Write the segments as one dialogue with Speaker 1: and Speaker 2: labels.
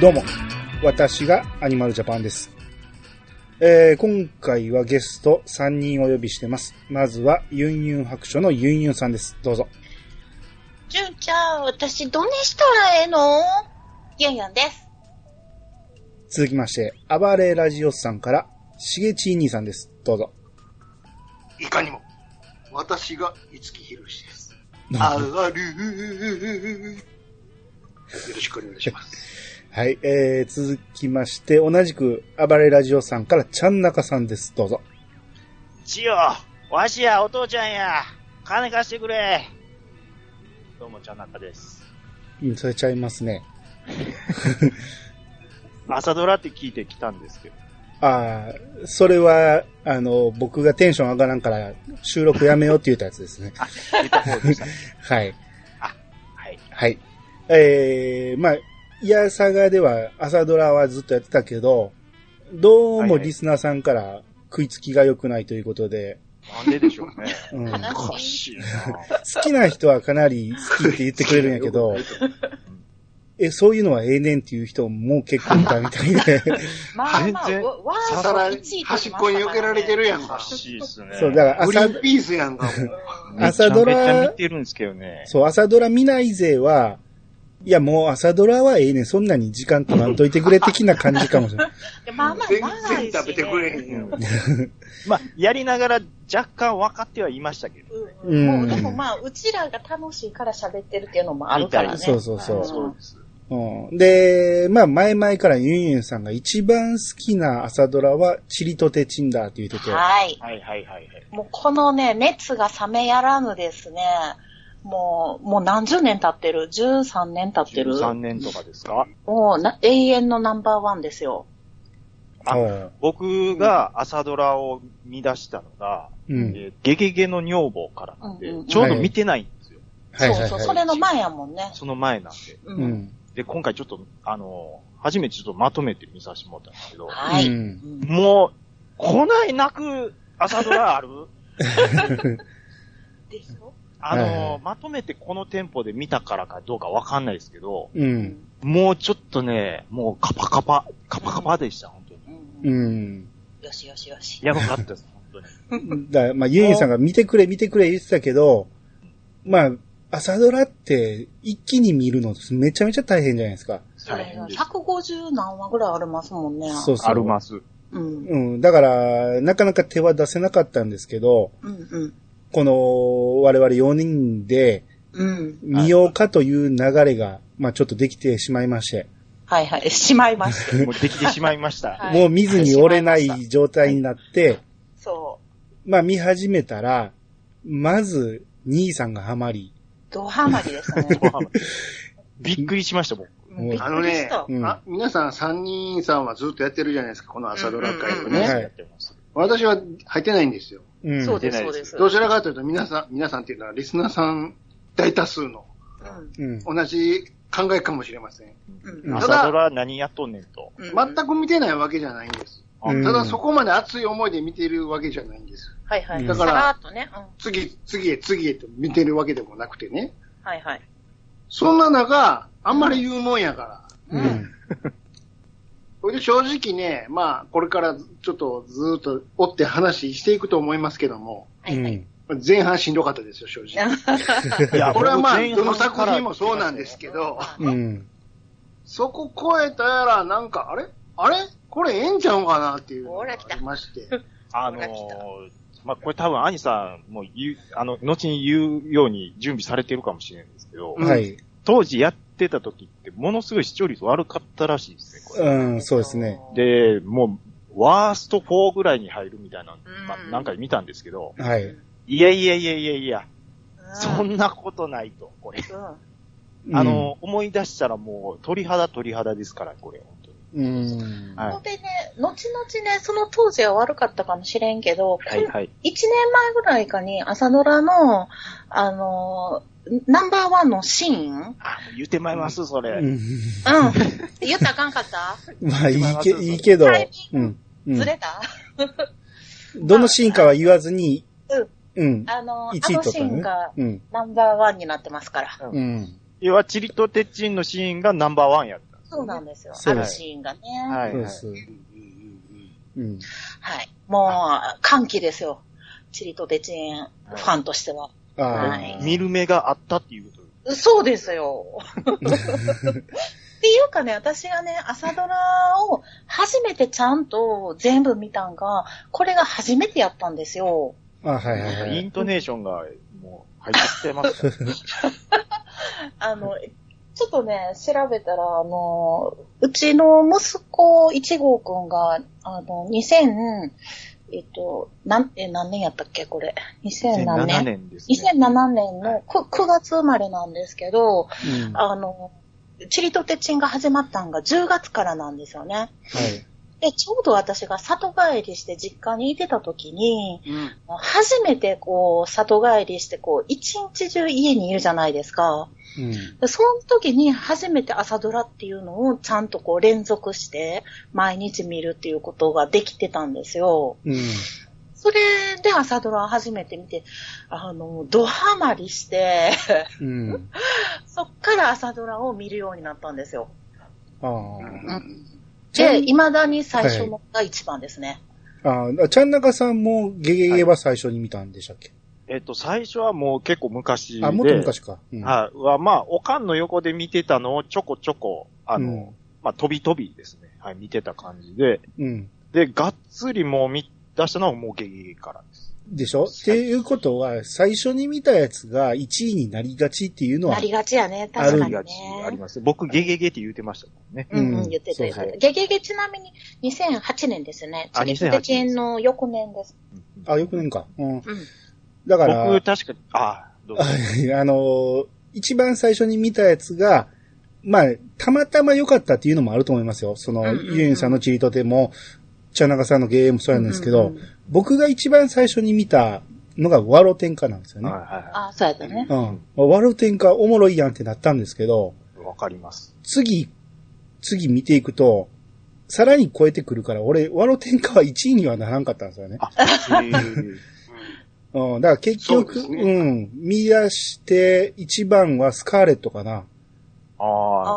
Speaker 1: どうも、私がアニマルジャパンです。えー今回はゲスト3人お呼びしてます。まずは、ユンユン白書のユンユンさんです。どうぞ。
Speaker 2: じゅんちゃん、私どねしたらええのゆんゆんです。
Speaker 1: 続きまして、暴れラジオスさんから、しげちい兄さんです。どうぞ。
Speaker 3: いかにも、私が五木ひろしです。
Speaker 1: どうも
Speaker 3: あるあるよろしくお願いします。
Speaker 1: はい、えー、続きまして、同じく、暴れラジオさんから、ちゃんなかさんです。どうぞ。
Speaker 4: ちよ、わしやお父ちゃんや、金貸してくれ。どうも、ちゃんなかです。
Speaker 1: うん、それちゃいますね。
Speaker 4: 朝ドラって聞いてきたんですけ ど。
Speaker 1: ああ、それは、あの、僕がテンション上がらんから、収録やめようって言ったやつですね。
Speaker 4: 言った方でした。
Speaker 1: はい。
Speaker 4: はい。
Speaker 1: はい。えー、まあ、いやさがでは朝ドラはずっとやってたけど、どう
Speaker 4: はい
Speaker 1: も
Speaker 4: はい
Speaker 1: リスナーさんから食いつきが良くないということで、
Speaker 4: なんででしょうね。
Speaker 1: うん、
Speaker 2: 悲
Speaker 1: 好
Speaker 4: おか
Speaker 2: しい。
Speaker 4: しいな。
Speaker 1: きな人はかなり好きって言ってくれるんやけど、 え、そういうのはええねんっていう人も結構いたみたい で、
Speaker 2: まあま
Speaker 4: 全
Speaker 2: あ、
Speaker 4: 然
Speaker 2: わわ
Speaker 3: さ
Speaker 2: ー
Speaker 3: さら
Speaker 2: 1位取りま
Speaker 3: 端
Speaker 2: した
Speaker 3: っ
Speaker 2: からね
Speaker 3: こに避けられてるやん
Speaker 4: お
Speaker 3: か
Speaker 4: か。しいですね。
Speaker 1: そう、だから
Speaker 3: グリ
Speaker 1: 朝、
Speaker 3: ーンピースやんか。もう
Speaker 1: 朝ドラ
Speaker 4: めちゃめちゃ見てるんですけどね。
Speaker 1: そう、朝ドラ見ない勢は、いやもう朝ドラはええねん、そんなに時間取らんといてくれ的な感じかもしれない。
Speaker 2: でまあまあ
Speaker 3: 全
Speaker 2: 長いし、ね。
Speaker 3: 然食べてくれへん
Speaker 4: うん
Speaker 3: よ。
Speaker 4: まあ、やりながら若干分かってはいましたけど。
Speaker 2: うん
Speaker 1: うん
Speaker 2: もうでもまあ、うちらが楽しいから喋ってるっていうのもあるからね。
Speaker 1: そうそうそう
Speaker 2: うん
Speaker 4: そうです。
Speaker 1: うんで、まあ前々からユンユンさんが一番好きな朝ドラは、チリとテチンダーって言ってて、
Speaker 2: はい。
Speaker 4: はいはいはいはい。
Speaker 2: もうこのね、熱が冷めやらぬですね。もう、もう何十年経ってる ?13 年経ってる
Speaker 4: 3年とかですか
Speaker 2: もうな永遠のナンバーワンですよ。
Speaker 4: あ
Speaker 1: うん
Speaker 4: 僕が朝ドラを見出したのが、
Speaker 1: うん。
Speaker 4: えーゲゲゲの女房からなんで、
Speaker 2: うんうんうん
Speaker 4: ちょうど見てないんですよ。
Speaker 1: はいはい
Speaker 2: そう
Speaker 1: は
Speaker 2: そ、
Speaker 1: いう
Speaker 2: それの前やもんね。
Speaker 4: その前なんで。
Speaker 2: う
Speaker 1: う。ん。
Speaker 4: で、今回ちょっと、あのー初めてちょっとまとめて見させてもらったんですけど、
Speaker 2: はい。
Speaker 1: う
Speaker 2: うんん
Speaker 4: もう、こない泣く朝ド ラある
Speaker 2: でしょ
Speaker 4: あのー
Speaker 1: はい
Speaker 4: まとめてこのテンポで見たからかどうかわかんないですけど、
Speaker 1: う。
Speaker 2: うん
Speaker 4: もうちょっとね、もうカパカパ、カパカパでした、本当に。
Speaker 2: ん。
Speaker 1: うん。
Speaker 2: よしよしよし。
Speaker 4: やばかったです、本当に。
Speaker 1: だまあユンユンさんが見てくれ見てくれ言ってたけど、まあ、朝ドラって一気に見るのめちゃめちゃ大変じゃないですか。
Speaker 2: そ
Speaker 4: 大
Speaker 2: れが
Speaker 4: 変です。
Speaker 2: 150何話ぐらいありますもんね。。
Speaker 1: そううそう。
Speaker 4: あるます。
Speaker 2: うん。
Speaker 1: うん。だから、なかなか手は出せなかったんですけど、
Speaker 2: うんうん。
Speaker 1: この、我々4人で、
Speaker 2: うん。
Speaker 1: 見ようかという流れが、まあちょっとできてしまいまして、
Speaker 2: はいはい。しまいました。
Speaker 4: もうできてしまいました。
Speaker 2: は い
Speaker 1: もう見ずに折れな
Speaker 2: しまいま
Speaker 1: い状態になって、
Speaker 2: そう。
Speaker 1: まあ見始めたら、まず、兄さんがハマり、
Speaker 2: ドハマりでしたね。
Speaker 4: びっくりしました、僕。
Speaker 2: うんびっ
Speaker 3: あ
Speaker 2: く
Speaker 3: の
Speaker 2: りし
Speaker 3: ね
Speaker 2: た。、
Speaker 1: うん
Speaker 3: あ皆さん三人さんはずっとやってるじゃないですか、この朝ドラ会を
Speaker 2: うんうんうん
Speaker 1: は
Speaker 3: ね。
Speaker 1: い
Speaker 4: やってます。
Speaker 3: 私は入ってないんですよ。
Speaker 1: うん。
Speaker 2: そうです、そうです。
Speaker 3: どちらかというと皆さん、皆さんっていうのはリスナーさん大多数の
Speaker 2: うん
Speaker 1: うん。
Speaker 3: 同じ考えかもしれません。
Speaker 2: うん
Speaker 1: うん
Speaker 4: 朝ドラ何やっとんねんと。
Speaker 2: うん
Speaker 3: 全く見てないわけじゃないんです。
Speaker 1: うん
Speaker 3: ただそこまで熱い思いで見てるわけじゃないんです。
Speaker 2: はいはい。
Speaker 1: だ
Speaker 2: だ
Speaker 3: か
Speaker 2: からら、さらっとね。うん。
Speaker 3: 次、次へ次へと見てるわけでもなくてね。
Speaker 2: はいはい。
Speaker 3: そんな中、あんまり言うもんやから。
Speaker 1: う
Speaker 2: うんん。
Speaker 3: それで正直ね、まあ、これからちょっとずーっと追って話していくと思いますけども、
Speaker 2: はいはい。
Speaker 3: 前半しんどかったですよ、正直。
Speaker 4: いや
Speaker 3: これはまあ、
Speaker 4: 僕前
Speaker 3: どの
Speaker 4: 半から
Speaker 3: 作品もそうなんですけど、
Speaker 1: うん。
Speaker 3: そこ超えたら、なんか、あれあれこれええんちゃうんかなっていうの
Speaker 2: ほ
Speaker 3: が
Speaker 2: ら来た
Speaker 3: あり まして。
Speaker 4: あのーまあ、これ多分、兄さんも言う、あの、後に言うように準備されてるかもしれないんですけど、
Speaker 3: うん
Speaker 1: はい。
Speaker 4: 当時やってた時って、ものすごい視聴率悪かったらしいですね、これ。
Speaker 1: うん、そうですね。。
Speaker 4: で、もう、ワースト4ぐらいに入るみたいな、
Speaker 2: ん
Speaker 4: まあ、何回見たんですけど、
Speaker 1: はい。
Speaker 4: いやいやいやいやいや、
Speaker 2: うん
Speaker 4: そんなことないと、これ。
Speaker 2: う
Speaker 4: あの、思い出したらもう、鳥肌鳥肌ですから、これ、本当に。
Speaker 1: うん、
Speaker 4: はい
Speaker 2: ん。ほんでね、後々ね、その当時は悪かったかもしれんけど、
Speaker 4: はいはい。
Speaker 2: 一年前ぐらいかに朝ドラの、あのーナンバーワンのシーンうん。
Speaker 4: あ、言ってまいります、それ。
Speaker 1: うん。
Speaker 2: 言ったらあかんかった
Speaker 1: まあ、いいけ、いいけど
Speaker 2: タイ、
Speaker 1: う
Speaker 2: ミン
Speaker 1: ん。う
Speaker 2: ず
Speaker 1: ん。
Speaker 2: れた、
Speaker 1: どのシーンかは言わずに、うん。
Speaker 2: あのー
Speaker 1: 1
Speaker 2: あ
Speaker 1: 位
Speaker 2: の
Speaker 1: と
Speaker 2: シ
Speaker 1: か
Speaker 2: ーン
Speaker 1: ね
Speaker 2: が。
Speaker 1: うん。
Speaker 2: ナンバーワンになってますから。
Speaker 1: うん。
Speaker 4: 要は、チリとテッチンのシーンがナンバーワンやったんです
Speaker 2: そうなんですよ。
Speaker 1: そ
Speaker 2: あ
Speaker 1: うで
Speaker 2: る
Speaker 1: す
Speaker 2: シーンがね。
Speaker 1: そう
Speaker 4: はい、は
Speaker 1: で
Speaker 4: い。
Speaker 1: す。
Speaker 3: うんうん
Speaker 1: うん。
Speaker 2: はい。もう、歓喜ですよ。チリとデチンファンとしては。
Speaker 1: ああ、
Speaker 2: はい
Speaker 4: 見る目があったっていうこと。
Speaker 2: そうで すよ。っていうかね、私がね、朝ドラを初めてちゃんと全部見たんが、これが初めてやったんですよ。
Speaker 1: あはいはいは
Speaker 4: イ
Speaker 1: い。
Speaker 4: ントネーションがもう入ってきてます ね。
Speaker 2: あの、ちょっとね、調べたら、あの、うちの息子1号くんが、あの、2000、えっと、なん、え、何年やったっけ、これ。2000何
Speaker 4: 2007
Speaker 2: 年
Speaker 4: 年ですね。
Speaker 2: 2007年の 9, 9月生まれなんですけど、
Speaker 1: うんは
Speaker 2: あの、チリとテチンが始まったんが10月からなんですよね。
Speaker 1: い。
Speaker 2: で、ちょうど私が里帰りして実家にいてた時に、
Speaker 3: うんうん
Speaker 2: 初めてこう、里帰りしてこう、一日中家にいるじゃないですか。
Speaker 1: うん。
Speaker 2: でその時に初めて朝ドラっていうのをちゃんとこう連続して毎日見るっていうことができてたんですよ。
Speaker 1: うん。
Speaker 2: それで朝ドラを初めて見て、あの、ドハマりして、
Speaker 1: うん。
Speaker 2: そっから朝ドラを見るようになったんですよ。
Speaker 1: あ
Speaker 3: うんうん
Speaker 1: ちゃん
Speaker 2: で、未だに最初のが一番ですね。
Speaker 1: あ。ああ、ちゃんなかさんもゲゲゲは最初に見たんでしたっけ、
Speaker 4: えっと、最初はもう結構昔で。
Speaker 1: あ、もっと昔か。うん。
Speaker 4: はい。は、まあ、おかんの横で見てたのをちょこちょこ、あの、
Speaker 1: うん
Speaker 4: まあ、飛び飛びですね。はい、見てた感じで。
Speaker 1: うん。
Speaker 4: で、がっつりもう見出したのはもうゲゲゲからです。
Speaker 1: でしょ、っていうことは、最初に見たやつが1位になりがちっていうのは
Speaker 2: な、りがちやね、
Speaker 1: ある
Speaker 2: 確
Speaker 1: ん
Speaker 2: か
Speaker 4: あ
Speaker 2: に
Speaker 4: り
Speaker 2: ね
Speaker 4: がち。あります。僕、ゲゲゲって言うてましたもんね。
Speaker 2: うん
Speaker 1: う
Speaker 2: うんん、言ってた言って
Speaker 4: そうそ
Speaker 2: た。
Speaker 4: う
Speaker 2: ゲゲゲちなみに2008年ですね。
Speaker 4: あ
Speaker 2: チリとテチンの翌年です。
Speaker 1: あ、よくねんか。うん。
Speaker 2: うん。
Speaker 1: だから、
Speaker 4: 僕、確か、あ、どうぞ。
Speaker 1: あのー一番最初に見たやつが、まあ、たまたま良かったっていうのもあると思いますよ。その、
Speaker 2: うんうんうん
Speaker 1: ユンさんのチリトテも、チャナガさんのゲームもそうなんですけど、
Speaker 2: うんうん
Speaker 1: 僕が一番最初に見たのがワロテンカなんですよね
Speaker 4: はい。は
Speaker 2: あ、そうやったね。
Speaker 1: うん。ワロテンカおもろいやんってなったんですけど、
Speaker 4: いはい。わか ります。
Speaker 1: 次、次見ていくと、さらに超えてくるから、俺、ワロテンカは1位にはならんかったんですよね。
Speaker 4: あ、へー
Speaker 1: うん。だから結局、
Speaker 3: そうですね
Speaker 1: うん。見出して、一番はスカーレットかな。
Speaker 2: あ
Speaker 4: あ
Speaker 2: あ、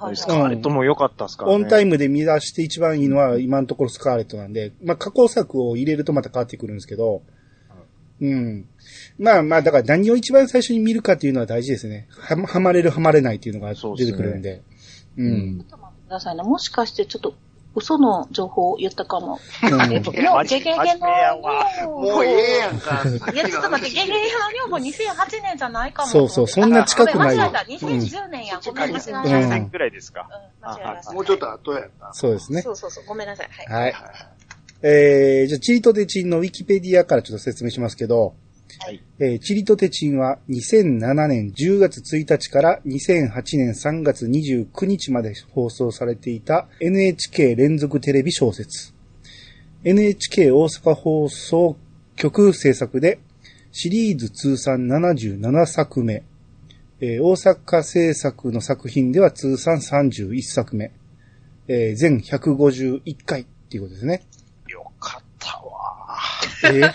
Speaker 4: あ。
Speaker 2: はい
Speaker 4: ス
Speaker 1: か
Speaker 4: カ
Speaker 2: は
Speaker 4: ーレットも良かったっすからね。
Speaker 1: オンタイ
Speaker 4: ム。
Speaker 1: ムで見出して一番いいのは今のところスカーレットなんで、まあ、加工作を入れるとまた変わってくるんですけど、うん。まあまあ、だから何を一番最初に見るかっていうのは大事ですね。は、はまれるはまれないっていうのが
Speaker 4: そう
Speaker 1: 出
Speaker 4: です
Speaker 1: て
Speaker 4: ね
Speaker 1: くるんで。う。
Speaker 4: うん
Speaker 2: い。ちょっと待ってくださいね。もしかしてちょっと嘘の情報を言ったかも。
Speaker 1: うん
Speaker 2: いや、ゲゲゲの
Speaker 3: もうええやんか。
Speaker 2: いや、ちょっと待って、ゲゲゲの女房2008年じゃないかも。
Speaker 1: そうそう、そんな近くない
Speaker 2: あ
Speaker 1: よ
Speaker 2: ご。めん間違えた。2010年や。ごめん、間違えま
Speaker 1: うん
Speaker 2: し
Speaker 4: 10
Speaker 2: た。
Speaker 4: 年くらいですか。
Speaker 2: うん間違えました。
Speaker 3: もうちょっと後やった。
Speaker 1: そうですね。
Speaker 2: そうそうそう、ごめんなさい。はい。
Speaker 1: はい。えー、じゃあ、チリとテチンのウィキペディアからちょっと説明しますけど、
Speaker 4: はい
Speaker 1: えーチリとテチンは2007年10月1日から2008年3月29日まで放送されていた NHK 連続テレビ小説。NHK 大阪放送局制作でシリーズ通算77作目。えー大阪制作の作品では通算31作目。えー全151回っていうことですね。
Speaker 4: よかったわ。
Speaker 1: え ー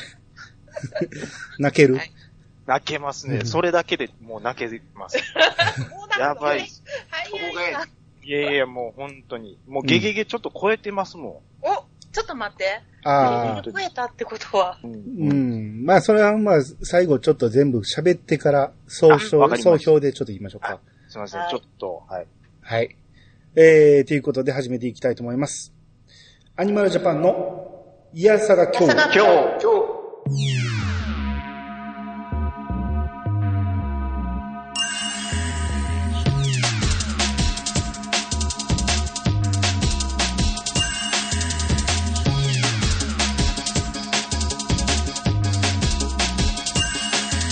Speaker 1: 泣ける、
Speaker 2: はい
Speaker 4: 泣けます
Speaker 1: う
Speaker 4: ね。
Speaker 1: ん
Speaker 4: それだけでもう泣けます。
Speaker 2: もうなんか
Speaker 4: やばい。
Speaker 2: はい、
Speaker 3: ここがええ
Speaker 2: はい
Speaker 4: いやいや、もう本当に。もうゲゲゲちょっと超えてますも
Speaker 2: お、ちょっと待って。
Speaker 1: ああ。
Speaker 2: 増えたってことは。
Speaker 4: ん。う。
Speaker 1: うんん。まあ、それはまあ、最後ちょっと全部喋ってから、総
Speaker 4: あわか
Speaker 1: 称、
Speaker 4: りま
Speaker 1: 総
Speaker 4: した
Speaker 1: 評でちょっと言いましょうか。
Speaker 4: すいません、
Speaker 2: はい
Speaker 4: ちょっと、はい。
Speaker 1: はい。えー、ということで始めていきたいと思います。アニマルジャパンの、いやさが今
Speaker 2: いやさ
Speaker 1: 日。
Speaker 2: が
Speaker 4: 今
Speaker 3: 今
Speaker 4: 日、
Speaker 3: 日、
Speaker 1: こ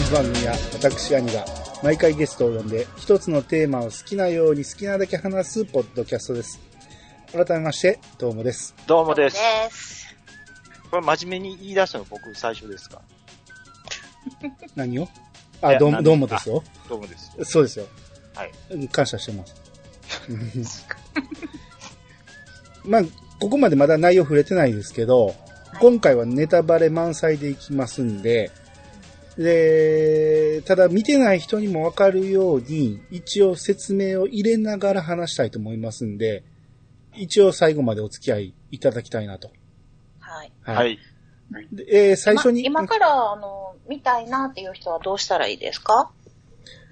Speaker 1: の番組は、私、兄が、毎回ゲストを呼んで、一つのテーマを好きなように好きなだけ話すポッドキャストです。改めまして、どうもです。
Speaker 4: どうもです。
Speaker 2: です。
Speaker 4: これ真面目に言い出したの僕最初ですか
Speaker 1: 何を
Speaker 4: い
Speaker 1: あ、
Speaker 4: や
Speaker 1: どうも、
Speaker 4: 何
Speaker 1: どうもですよ。
Speaker 4: どうもです。
Speaker 1: そうですよ。
Speaker 4: はい
Speaker 1: うん。感謝してます。まあ、ここまでまだ内容触れてないですけど、今回はネタバレ満載でいきますんで、で、ただ見てない人にもわかるように、一応説明を入れながら話したいと思いますんで、一応最後までお付き合いいただきたいなと。
Speaker 2: はい。
Speaker 4: は。い。
Speaker 1: でえー最初に、
Speaker 2: ま今から、あの、見たいなっていう人はどうしたらいいですか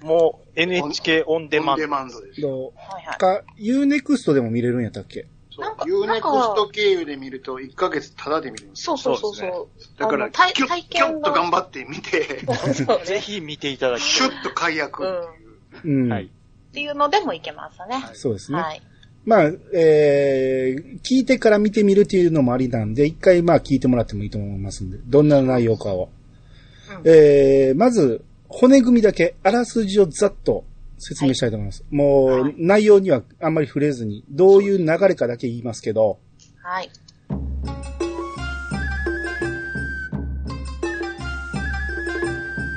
Speaker 4: もう NHK オンデマ
Speaker 3: オン
Speaker 4: ン
Speaker 3: デ
Speaker 4: ド。
Speaker 3: マンドです。
Speaker 1: ど
Speaker 2: はいうはい。
Speaker 1: か、UNEXT でも見れるんやったっけ
Speaker 3: そう
Speaker 2: なんか
Speaker 3: ユーネクスト経由で見ると、1ヶ月タダで見れます。
Speaker 2: そうそうそう
Speaker 4: そう
Speaker 2: そう。
Speaker 3: だから、
Speaker 2: あの体
Speaker 3: キュ
Speaker 2: 体
Speaker 3: ッ、キュ
Speaker 2: 験
Speaker 3: ッ
Speaker 2: が
Speaker 3: と頑張って見て、
Speaker 2: そうね
Speaker 4: ぜひ見ていただき
Speaker 3: シュッと解約っていう。
Speaker 1: うん。
Speaker 4: はい。
Speaker 2: っていうのでもいけますね。
Speaker 1: そうですね。
Speaker 2: はい。
Speaker 1: まあ、えー、聞いてから見てみるっていうのもありなんで、一回まあ聞いてもらってもいいと思いますんで、どんな内容かを。
Speaker 2: うん
Speaker 1: えー、まず、骨組みだけ、あらすじをざっと説明したいと思います。もう、
Speaker 2: はい
Speaker 1: 内容にはあんまり触れずに、どういう流れかだけ言いますけど、
Speaker 2: はい。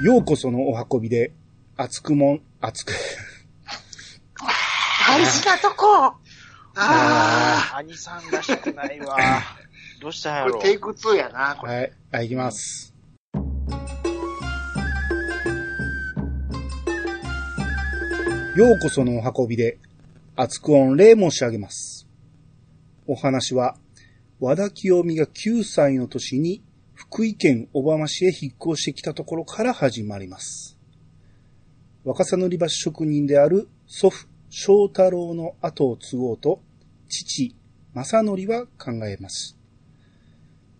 Speaker 1: ようこそのお運びで、熱くもん、熱く、
Speaker 2: 大事なとこ
Speaker 3: あ
Speaker 4: 兄さんらしくな いわ。どうしたんや
Speaker 3: あ、
Speaker 4: ろ
Speaker 3: これテイク2やな、これ。
Speaker 1: はい、はい、いきます。ようこそのお運びで、厚く御礼申し上げます。お話は、和田清美が9歳の年に福井県小浜市へ引っ越してきたところから始まります。若狭塗り橋職人である祖父、翔太郎の後を継ごうと、父、正則は考えます。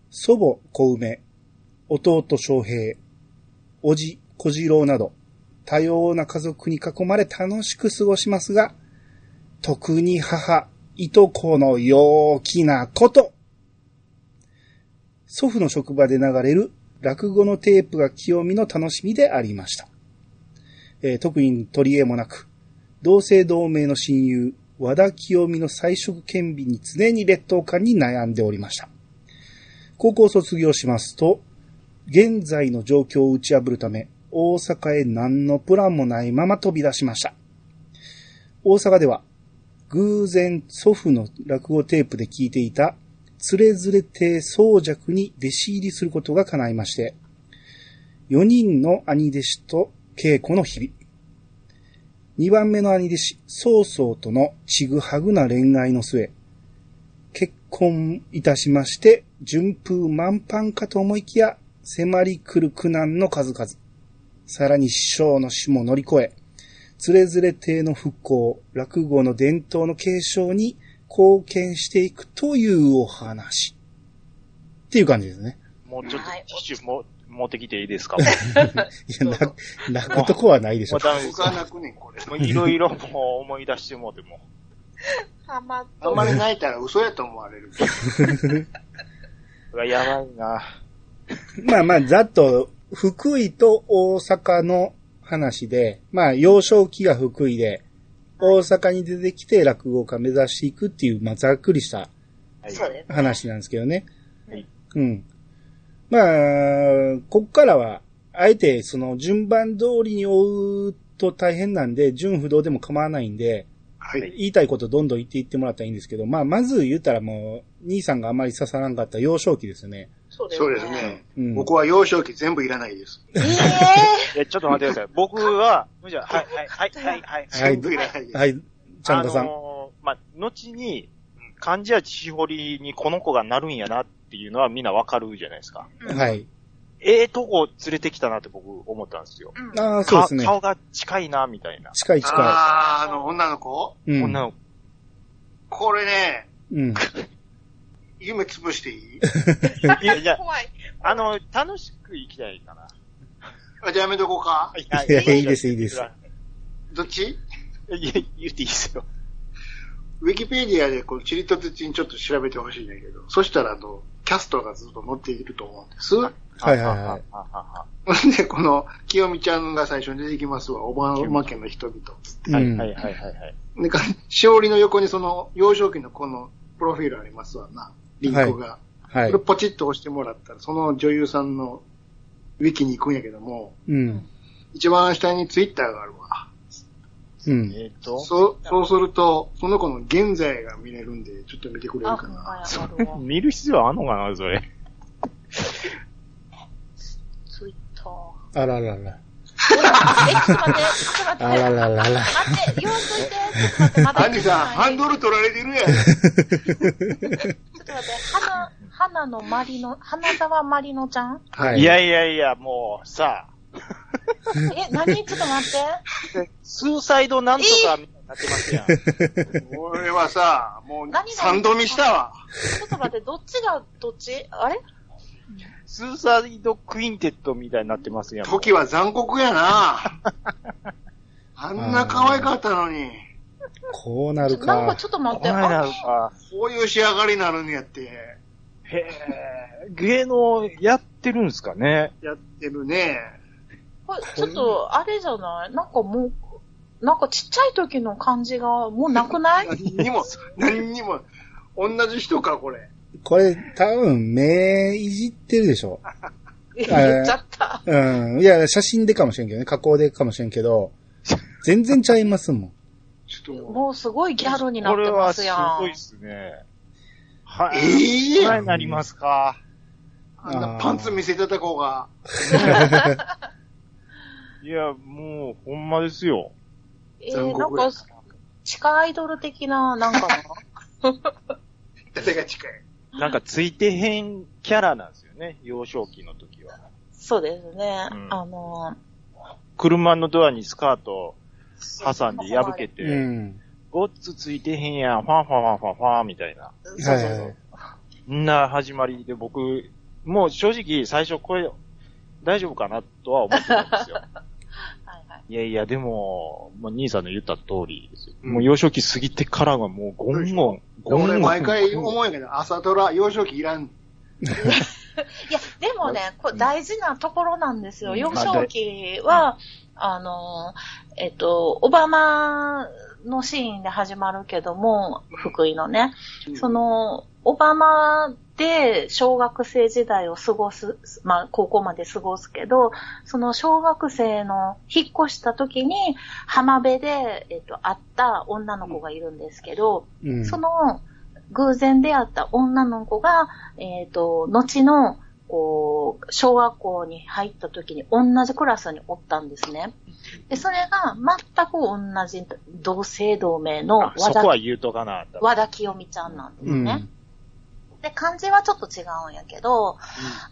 Speaker 1: 祖母小梅、弟翔平、叔父小次郎など、多様な家族に囲まれ楽しく過ごしますが、特に母、いとこの陽気なこと。祖父の職場で流れる落語のテープが清美の楽しみでありました。えー特に取り柄もなく、同姓同名の親友、和田清美の彩色兼備に常に劣等感に悩んでおりました。高校を卒業しますと、現在の状況を打ち破るため、大阪へ何のプランもないまま飛び出しました。大阪では、偶然祖父の落語テープで聞いていた、つれづれ亭宗尺に弟子入りすることが叶いまして、4人の兄弟子と稽古の日々。2番目の兄弟子、曹操とのちぐはぐな恋愛の末、結婚いたしまして、順風満帆かと思いきや、迫り来る苦難の数々。さらに師匠の死も乗り越え、つれづれ亭の復興、落語の伝統の継承に貢献していくというお話。っていう感じですね。
Speaker 4: もうちょっと
Speaker 2: はい
Speaker 4: ティッシュも持ってきていいです か
Speaker 1: いや、な、泣くとこはないでしょ
Speaker 4: もう。ダメです
Speaker 3: 僕は泣くねん、これ。
Speaker 4: もういろいろ もう思い出してもうても。
Speaker 2: ハマっ
Speaker 3: あんまり泣いたら嘘やと思われる。
Speaker 4: うわやばいな。
Speaker 1: まあまあ、ざっと、福井と大阪の話で、まあ、幼少期が福井で、大阪に出てきて落語家目指していくっていう、まあ、ざっくりした
Speaker 4: はい
Speaker 2: そうですね。
Speaker 1: 話なんですけどね
Speaker 4: はい。
Speaker 1: うん。まあ、こっからは、あえて、その、順番通りに追うと大変なんで、順不動でも構わないんで、
Speaker 3: はい。
Speaker 1: 言いたいことどんどん言っていってもらったらいいんですけど、まあ、まず言ったらもう、兄さんがあまり刺さらんかった幼少期ですよね。
Speaker 2: そうですね。
Speaker 3: そうですね。
Speaker 1: うん。
Speaker 3: 僕は幼少期全部いらないです。
Speaker 2: え
Speaker 4: いや、ちょっと待ってくだ さい。僕は、じゃあはい、はい、はい、はい、は
Speaker 1: は
Speaker 4: い。
Speaker 1: い
Speaker 3: 全部いらないです。
Speaker 1: はい、ちゃんこさん。
Speaker 4: あのーまあ、後に、漢字や地彫りにこの子がなるんやなっていうのはみんなわかるじゃないですか。
Speaker 2: ー
Speaker 1: はい。
Speaker 4: ええとこ連れてきたなって僕思ったんですよ。
Speaker 2: うん
Speaker 1: ああ、そうで
Speaker 4: か
Speaker 1: すね。
Speaker 4: 顔が近いな、みたいな。
Speaker 1: 近い近
Speaker 3: あー、あの、女の子
Speaker 1: い。うん。
Speaker 4: 女の
Speaker 3: これね、
Speaker 1: うん。
Speaker 3: 夢潰していい
Speaker 4: 子。いやいや、
Speaker 2: 怖い。
Speaker 4: あの、楽しく行きたいかな。
Speaker 3: あじゃあやめとこうか。
Speaker 4: い
Speaker 1: いやいいですいいです
Speaker 4: いや、
Speaker 3: どっち
Speaker 4: 言っていいですよ。
Speaker 3: ウィキペディアでこのチリと土地にちょっと調べてほしいんだけど、そしたらあの、キャストがずっと載っていると思うんです。
Speaker 1: はいはいはい
Speaker 4: い。
Speaker 3: で、この、清美ちゃんが最初に出てきますわ。小浜県の人々。
Speaker 4: は
Speaker 1: う
Speaker 4: い
Speaker 1: ん
Speaker 4: はいはいはいはい。
Speaker 3: なんか、しおりの横にその、幼少期のこの、プロフィールありますわな。リンクが。
Speaker 1: はい
Speaker 3: これ。ポチッと押してもらったら、その女優さんの、ウィキに行くんやけども、
Speaker 1: うん。
Speaker 3: 一番下にツイッターがあるわ。
Speaker 1: うん。
Speaker 4: えっと、
Speaker 3: そう、そうすると、その子の現在が見れるんで、ちょっと見てくれ
Speaker 2: あ、
Speaker 3: る
Speaker 2: ほ
Speaker 3: か
Speaker 2: ん
Speaker 3: な。
Speaker 2: まや、あるわ。
Speaker 4: 見る必要あんのかな、それ。
Speaker 2: ツイッター。
Speaker 1: あららら。
Speaker 2: え、ちょっと待って、ちょっ
Speaker 1: あら
Speaker 2: と待って。
Speaker 1: ららら。
Speaker 2: 待って、言わんといて。ちょっと待
Speaker 3: ア
Speaker 2: っ
Speaker 3: ン
Speaker 2: て、待って。
Speaker 3: ジさん、ハンドル取られてるやん。
Speaker 2: ちょっと待って、花、花のまりの、花沢まりのちゃん
Speaker 1: はい。
Speaker 4: いやいやいや、もう、さあ、
Speaker 2: え、何ちょっと待って。
Speaker 4: スーサイドなんとかみたいになってま すやん。
Speaker 3: 俺はさ、もう
Speaker 2: 何が
Speaker 3: 三度見したわ。
Speaker 2: ちょっと待って、どっちがどっちあれ
Speaker 4: スーサイドクインテッドみたいになってますやん。
Speaker 3: 時は残酷 やな。あんな可愛かったのに、
Speaker 1: こうな
Speaker 2: ち
Speaker 1: る
Speaker 2: ょなん
Speaker 1: か
Speaker 2: か。ちょっと待っ
Speaker 4: こ
Speaker 2: て。
Speaker 4: ないな
Speaker 2: あ
Speaker 4: んか、
Speaker 3: こういう仕上がりになるんやって、
Speaker 4: へえ、芸能やってるんすかね。
Speaker 3: やってるね。
Speaker 2: これちょっと、あれじゃないなんかもう、なんかちっちゃい時の感じがもうなくない
Speaker 3: 何 にも、何にも、同じ人か、これ。
Speaker 1: これ、多分、目いじってるでしょ。
Speaker 2: 言っちゃった。
Speaker 1: うん。いや、写真でかもしれんけどね。加工でかもしれんけ ど、全然ちゃいますもん。
Speaker 3: ちょっともう、
Speaker 2: もうすごいギャルにな
Speaker 4: こ
Speaker 2: っ
Speaker 4: れ
Speaker 2: てま
Speaker 4: は
Speaker 2: す
Speaker 4: す
Speaker 2: やん。
Speaker 4: ごいっすね。は
Speaker 3: え
Speaker 4: い。
Speaker 3: え
Speaker 4: これになりますか。
Speaker 3: あんなパンツ見せてた子が、
Speaker 4: いや、もう、ほんまですよ。
Speaker 2: え
Speaker 3: 残
Speaker 2: ー、なん
Speaker 3: 酷
Speaker 2: か、
Speaker 3: や
Speaker 2: 地下アイドル的な、なんか
Speaker 3: 誰が近い。
Speaker 4: なんか、ついてへんキャラなんですよね。幼少期の時は。
Speaker 2: そうですね。
Speaker 4: うん
Speaker 2: あの
Speaker 4: 車のドアにスカート
Speaker 2: ー、
Speaker 4: 挟んで破けて、
Speaker 1: うん。
Speaker 4: ごっつついてへんやん、ファンファンファンファンファンみたいな。
Speaker 2: そうそ
Speaker 1: は
Speaker 2: う
Speaker 1: い
Speaker 2: そう
Speaker 1: はい。
Speaker 4: んな始まりで僕、もう正直最初これ大丈夫かなとは思ってたんです よ。
Speaker 2: はいはい
Speaker 4: いやいや、でも、まあ、兄さんの言った通りですよ。
Speaker 1: うん
Speaker 4: もう幼少期過ぎてからはもうゴンゴン、ゴンゴ
Speaker 3: 俺、
Speaker 4: ン。
Speaker 3: 毎回思うんやけど、朝ドラ、幼少期いらん。
Speaker 2: いや、でもね、これ大事なところなんですよ。
Speaker 4: うん
Speaker 2: 幼少期は、あの、えっと、オバマのシーンで始まるけども、福井のね、その、オバマで小学生時代を過ごす、まあ、高校まで過ごすけど、その小学生の引っ越した時に、浜辺で、えっと、会った女の子がいるんですけど、
Speaker 1: うん。
Speaker 2: その、偶然出会った女の子が、えっ、と、後の、こう、小学校に入った時に同じクラスにおったんですね。で、それが全く同じ同姓同名の
Speaker 4: あそ
Speaker 2: 和
Speaker 4: こ
Speaker 2: 田
Speaker 4: は言うとかな。
Speaker 2: 和田清美ちゃんなんです
Speaker 1: うん。
Speaker 2: ね。で、漢字はちょっと違うんやけど、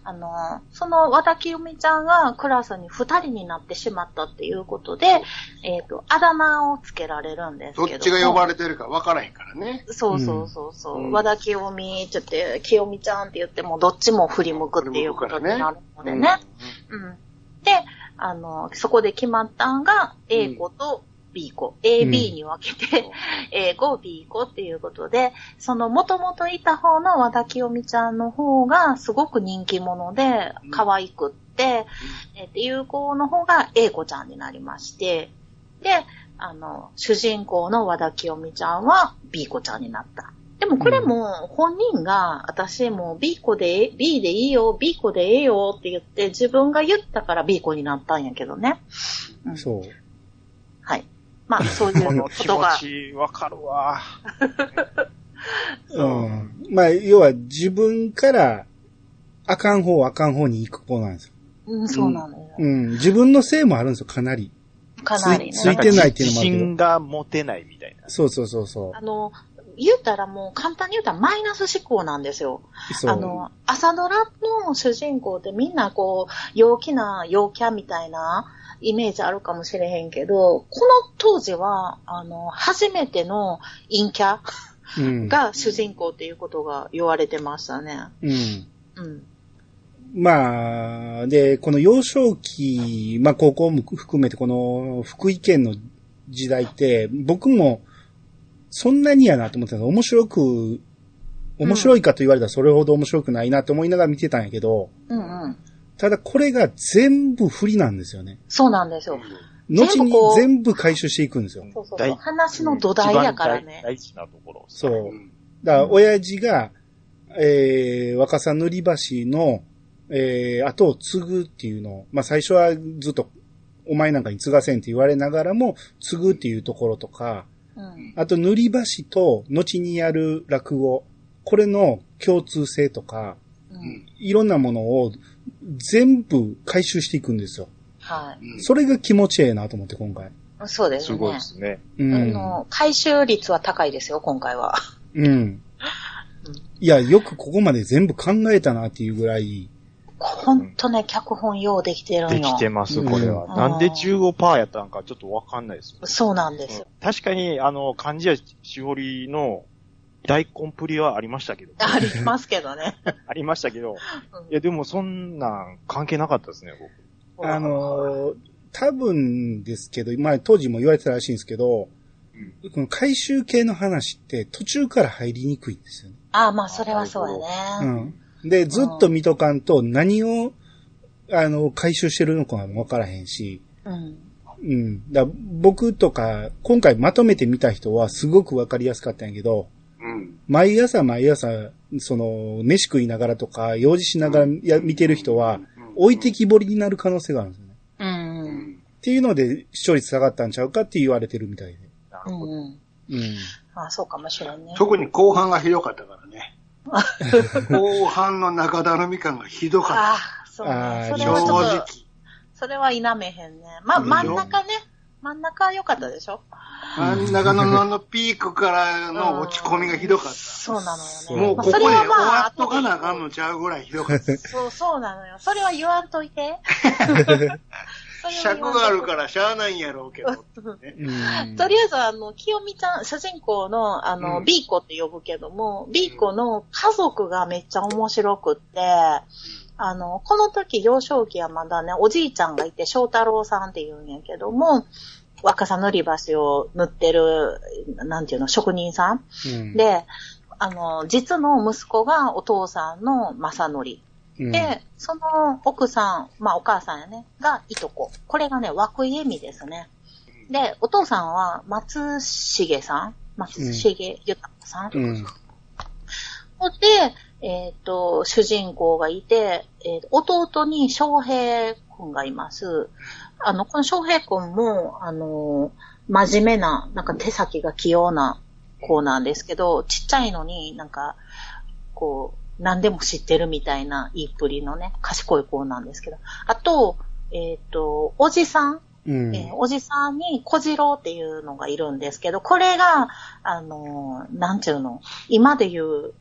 Speaker 2: あの、その和田清美ちゃんがクラスに二人になってしまったっていうことで、えっ、と、あだ名をつけられるんですけ
Speaker 3: ど
Speaker 2: ど
Speaker 3: っ
Speaker 2: も。
Speaker 3: ちが呼ばれてるか分からへんからね。
Speaker 2: そうそうそうそう、
Speaker 4: うん
Speaker 2: 和田清美って言って、清美ちゃんって言っても、どっちも振り向くっていうことになるのでね。うん。で、あの、そこで決まったんが、A 子と B 子、A、B に分けて、A 子、B 子っていうことで、その元々いた方の和田清美ちゃんの方がすごく人気者で
Speaker 3: うん、。
Speaker 2: 可愛くって、えーっていう子の方が A 子ちゃんになりまして、で、あの、主人公の和田清美ちゃんは B 子ちゃんになった。でもこれも本人が、私もう B 子で、B でいいよ、B 子でええよって言って自分が言ったから B 子になったんやけどね。うん
Speaker 1: そう。
Speaker 2: はい。まあそういう
Speaker 4: こ
Speaker 2: の
Speaker 4: の
Speaker 2: こ
Speaker 4: 気
Speaker 2: とが
Speaker 4: 持。ちわかるわ。
Speaker 1: うん。まあ、要は自分から、あかん方、あかん方に行く子なんですよ。
Speaker 2: うん、そうなのよ。
Speaker 1: うん。自分のせいもあるんですよ、かなり。
Speaker 2: かなりね。
Speaker 1: ついてないっていうのもあるけど
Speaker 4: 自信が持てないみたいな。
Speaker 1: そうそうそうそ
Speaker 2: あの、言うたらもう簡単に言うたらマイナス思考なんですよ。
Speaker 1: う。そう。
Speaker 2: あの、朝ドラの主人公ってみんなこう、陽気な陽キャみたいなイメージあるかもしれへんけど、この当時は、あの、初めての陰キャ
Speaker 1: うん、
Speaker 2: が主人公っていうことが言われてましたね。
Speaker 1: うん。
Speaker 2: うん。
Speaker 1: まあ、で、この幼少期、まあ高校も含めてこの福井県の時代って、僕もそんなにやなと思ってたの面白く、面白いかと言われたらそれほど面白くないなと思いながら見てたんやけど、
Speaker 2: うんうん。
Speaker 1: ただこれが全部不利なんですよね。
Speaker 2: そうなんですよ。
Speaker 1: 後
Speaker 2: 全
Speaker 1: に
Speaker 2: 部こう
Speaker 1: 全部回収していくんですよ。
Speaker 2: そうそう
Speaker 4: 大
Speaker 2: そう。話の土台やから
Speaker 4: 一番
Speaker 2: ね。
Speaker 4: 大大事なところ。
Speaker 1: そううんだから親父が、えー、若狭塗り橋の、えー、後を継ぐっていうのを、まあ最初はずっと、お前なんかに継がせんって言われながらも、継ぐっていうところとか、
Speaker 2: うん。
Speaker 1: あと塗り橋と、後にやる落語、これの共通性とか、
Speaker 2: うん。
Speaker 1: いろんなものを全部回収していくんですよ。
Speaker 2: は
Speaker 3: うん
Speaker 1: それが気持ちええなと思って今回。
Speaker 2: い。そうです
Speaker 4: す
Speaker 2: ね。
Speaker 4: ごいですね。
Speaker 1: う
Speaker 2: あ
Speaker 1: ん。
Speaker 2: の、回収率は高いですよ、今回は。
Speaker 1: うん。いや、よくここまで全部考えたなっていうぐらい、
Speaker 2: ほんとね、脚本用できてるんよ。
Speaker 4: できてます、これは。
Speaker 2: うん
Speaker 4: なんで15%やったんかちょっとわかんないですよ。
Speaker 2: そうなんですよ。
Speaker 4: 確かに、あの、漢字やしおりの大コンプリはありましたけど、
Speaker 2: ありますけど ね。
Speaker 4: ありましたけど、
Speaker 2: うん
Speaker 4: いや、でもそんなん関係なかったですね、僕。
Speaker 1: あ、のー多分ですけど、今当時も言われてたらしいんですけど、この回収系の話って途中から入りにくいんですよね。
Speaker 2: あまあ、それはそうや
Speaker 1: う
Speaker 2: ね。
Speaker 1: ん。で、ずっと見とかんと何を、あの、回収してるのかもわからへんし、
Speaker 2: うん。
Speaker 1: うん。だ僕とか、今回まとめて見た人はすごくわかりやすかったんやけど、
Speaker 3: うん。
Speaker 1: 毎朝毎朝、その、飯食いながらとか、用事しながらや見てる人は、置いてきぼりになる可能性があるんですよね。
Speaker 2: う。
Speaker 3: うんん。
Speaker 1: っていうので、視聴率下がったんちゃうかって言われてるみたいで。
Speaker 4: な
Speaker 2: う
Speaker 4: るほど。
Speaker 2: ん。うん。
Speaker 1: うん。
Speaker 2: あそうかもしれんね。
Speaker 3: 特に後半がひどかったからね。後半の中だるみ感がひどかっ
Speaker 2: ああ、そう
Speaker 1: あー
Speaker 2: ね。そ
Speaker 3: た。
Speaker 2: れ
Speaker 3: 正
Speaker 2: はちょっ
Speaker 3: 直
Speaker 2: と、。それは否めへんね。まあ、
Speaker 1: うん
Speaker 2: 真ん中ね。真ん中は良かったでしょ
Speaker 3: 真ん中のあのピークからの落ち込みがひどかった。
Speaker 2: そうな
Speaker 1: う
Speaker 2: のよね。
Speaker 3: もう
Speaker 2: まあ
Speaker 3: ここで
Speaker 2: そ
Speaker 3: 終
Speaker 2: れはま
Speaker 3: わ
Speaker 2: あ
Speaker 3: っとかなあかんのちゃうぐらいひどかった。
Speaker 2: そう、そうなのよ。それは言わんとい て。それは
Speaker 3: 尺
Speaker 2: 言わんといて
Speaker 3: があるからしゃあないんやろうけど。
Speaker 1: うん
Speaker 2: とりあえず、あの、清美ちゃん、主人公の、あの、
Speaker 3: うん
Speaker 2: ビーコって呼ぶけども、ビーコの家族がめっちゃ面白くって、あの、この時幼少期はまだね、おじいちゃんがいて、翔太郎さんって言うんやけども、若さ塗り橋を塗ってる、なんていうの、職人さん
Speaker 1: うん、
Speaker 2: で、あの、実の息子がお父さんの正則。
Speaker 1: うん、
Speaker 2: で、その奥さん、まあお母さんやね、がいとこ。これがね、涌井恵美ですね。で、お父さんは松重さん松重豊さん、
Speaker 1: うん。
Speaker 2: ほんで、えっ、と、主人公がいて、えー弟に翔平くんがいます。あの、この翔平くんも、あのー真面目な、なんか手先が器用な子なんですけど、ちっちゃいのになんか、こう、何でも知ってるみたいな言いっぷりのね、賢い子なんですけど。あと、えっ、と、おじさん
Speaker 1: うん。
Speaker 2: えーおじさんに小次郎っていうのがいるんですけど、これが、あのーなんちゅうの、今で言う、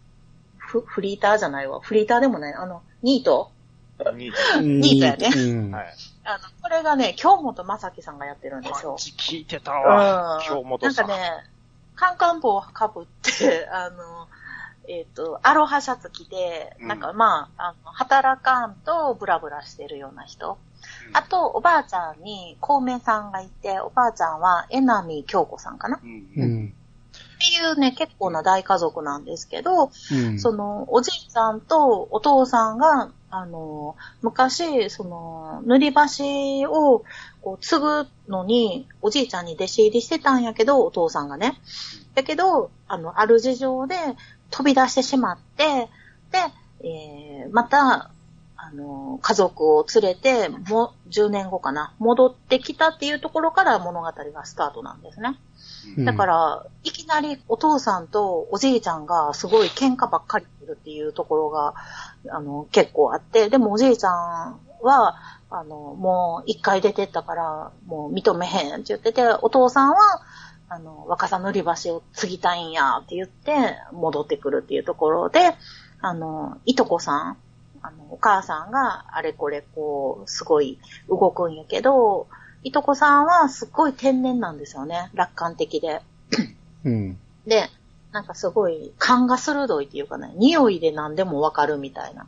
Speaker 2: フフリーターじゃないわ。フリーターでもない。あの、ニート
Speaker 4: に、
Speaker 1: うん
Speaker 2: ニートやね
Speaker 1: うん
Speaker 4: はい。
Speaker 2: あの、これがね、京本正樹さんがやってるんで
Speaker 4: パ
Speaker 2: すよ
Speaker 4: ン。チ聞いてた
Speaker 2: うん
Speaker 4: わ。京本さん。
Speaker 2: なんかね、カンカン帽をかぶって、 あの、えっ、と、アロハシャツ着て、
Speaker 3: うん
Speaker 2: なんかまあ、あの働かんとブラブラしてるような人。
Speaker 3: うん
Speaker 2: あと、おばあちゃんに、孔明さんがいて、おばあちゃんは、江波京子さんかなっ
Speaker 3: うん
Speaker 1: うん。
Speaker 2: ていうね、結構な大家族なんですけど、
Speaker 1: うん。
Speaker 2: その、おじいちゃんとお父さんが、あの、昔、その、塗り橋を、こう、継ぐのに、おじいちゃんに弟子入りしてたんやけど、お父さんがね。だけど、あの、ある事情で飛び出してしまって、で、えー、また、あの、家族を連れて、もう、10年後かな、戻ってきたっていうところから物語がスタートなんですね。
Speaker 1: うん
Speaker 2: だから、いきなりお父さんとおじいちゃんがすごい喧嘩ばっかりするっていうところが、あの、結構あって、でもおじいちゃんは、あの、もう一回出てったから、もう認めへんって言ってて、お父さんは、あの、若さ塗り橋を継ぎたいんやって言って、戻ってくるっていうところで、あの、いとこさん、あの、お母さんがあれこれこう、すごい動くんやけど、いとこさんはすっごい天然なんですよね。楽観的で。
Speaker 1: うん。
Speaker 2: で、なんかすごい勘が鋭いっていうかね、匂いで何でもわかるみたいな。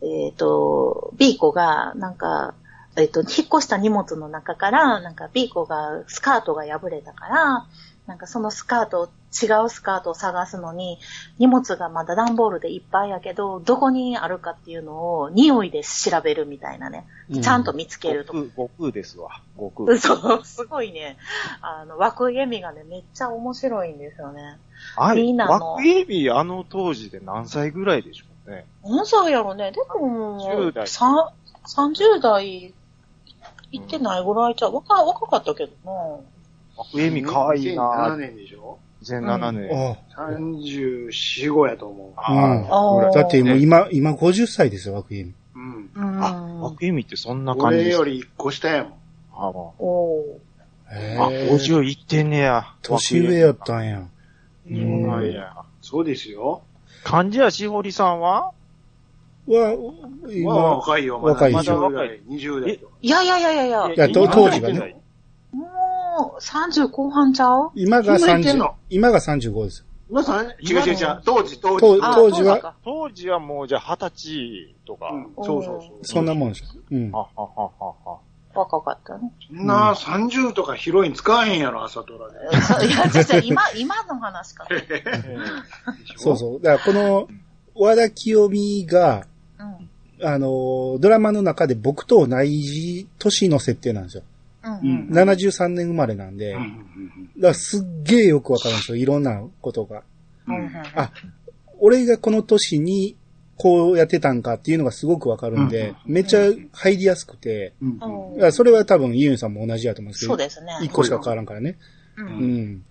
Speaker 2: えっ、と、B 子が、なんか、えっ、と、引っ越した荷物の中から、なんか B 子がスカートが破れたから、なんかそのスカートを、違うスカートを探すのに、荷物がまだ段ボールでいっぱいやけど、どこにあるかっていうのを匂いで調べるみたいなね。
Speaker 1: うん
Speaker 2: ちゃんと見つけるとか
Speaker 4: 悟空、悟空ですわ。悟空。
Speaker 2: そう、すごいね。あの、枠絵美がね、めっちゃ面白いんですよね。
Speaker 4: あ
Speaker 2: み
Speaker 4: れ、
Speaker 2: んな
Speaker 4: ワ
Speaker 2: の
Speaker 4: クエビあの当時で何歳ぐらいでしょうね。
Speaker 2: 何歳やろね。でも
Speaker 4: 10、代
Speaker 2: さ30代行ってないぐらいじゃう、若、若かったけど
Speaker 4: ワクエビかわいい
Speaker 3: 2007
Speaker 4: な
Speaker 3: 年でしょ
Speaker 4: 2007年。
Speaker 1: あ
Speaker 3: 34、5やと思
Speaker 4: あー
Speaker 1: うん
Speaker 2: あー
Speaker 4: ぐらい
Speaker 1: だってもう今、今50歳ですよ、枠員。
Speaker 3: う。うん。
Speaker 2: な。うん。うん。
Speaker 4: 悪意味ってそんな感じ
Speaker 3: 俺
Speaker 4: です
Speaker 3: よ
Speaker 4: か
Speaker 3: り一個下やもん。
Speaker 4: あも
Speaker 2: おお
Speaker 4: う
Speaker 1: へ
Speaker 4: あ、
Speaker 1: ー
Speaker 4: 50いってんねや。
Speaker 1: 年上やったんや。
Speaker 2: ー。
Speaker 1: う
Speaker 4: そう
Speaker 1: たん
Speaker 4: な
Speaker 1: は
Speaker 4: ん
Speaker 1: い
Speaker 4: や。
Speaker 3: そうですよ。
Speaker 4: 患者やしほりさん
Speaker 1: は、
Speaker 4: は
Speaker 3: まあ
Speaker 1: 今、
Speaker 3: 若いよ、まだ。
Speaker 1: 若い
Speaker 3: ま
Speaker 1: でし
Speaker 3: だ
Speaker 1: ょ
Speaker 3: 若い。20代とか。
Speaker 2: いやいやいやいやいや
Speaker 1: い。やと当時がね。
Speaker 2: もう、30後半ちゃう
Speaker 1: 今が
Speaker 3: 今言って
Speaker 1: 30
Speaker 3: んの、
Speaker 1: 今が35です。
Speaker 3: まさに、違う
Speaker 4: 今の
Speaker 3: 違う違う。当時、当時。
Speaker 1: 当
Speaker 2: あ
Speaker 1: 当時は
Speaker 2: そうか
Speaker 4: 当時はもうじゃあ二十歳とか。
Speaker 3: うん、そうそうそう。
Speaker 1: そんなもんでしょ。うん。
Speaker 4: ははははは。
Speaker 2: 若かったね。
Speaker 3: そんな30とかヒロイン使わへんやろ、朝ドラで。
Speaker 2: そういや、違う違う今、今の話か
Speaker 1: そうそう。だからこの、和田清美が、
Speaker 2: な。うん。
Speaker 1: あの、ドラマの中で僕と同じ年の設定なんですよ。
Speaker 2: うん。
Speaker 3: うん
Speaker 1: 73年生まれなんで、
Speaker 3: うんう
Speaker 1: だか
Speaker 3: ん
Speaker 1: らすっげえよくわかるんですよ。いろんなことが。
Speaker 3: う
Speaker 2: うんん。う
Speaker 3: うんん。
Speaker 1: あ、俺がこの年にこうやってたんかっていうのがすごくわかるんで、めっちゃ入りやすくて、
Speaker 3: うん
Speaker 2: う
Speaker 3: うん
Speaker 2: ん
Speaker 1: だからそれは多分ユンさんも同じやと思うんですけど、
Speaker 2: そうですね。
Speaker 1: 一個しか変わらんからね。う
Speaker 2: う。
Speaker 1: んん。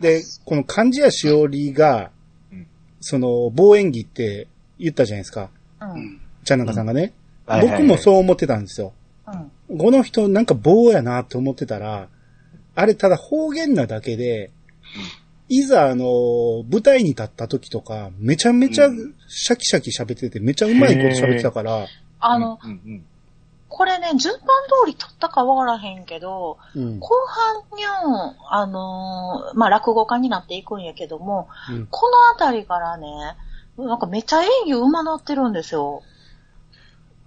Speaker 1: で、この漢字やしおりが
Speaker 4: うん、
Speaker 1: その、望遠儀って言ったじゃないですか。
Speaker 2: うん。うん。
Speaker 1: ちゃんなかさんがね。
Speaker 4: はいはいはい
Speaker 1: 僕もそう思ってたんですよ。この人なんか棒やなと思ってたら、あれただ方言なだけで、いざあの、舞台に立った時とか、めちゃめちゃ
Speaker 3: うん
Speaker 1: シャキシャキ喋ってて、めちゃうまいこと喋ってたから、
Speaker 2: あの、
Speaker 4: うんうん
Speaker 2: これね、順番通り取ったかわからへんけど、
Speaker 1: うん。
Speaker 2: 後半にゃん、あのーまあ、落語家になっていくんやけども、
Speaker 1: うん
Speaker 2: このあたりからね、なんかめちゃ演技うまなってるんですよ。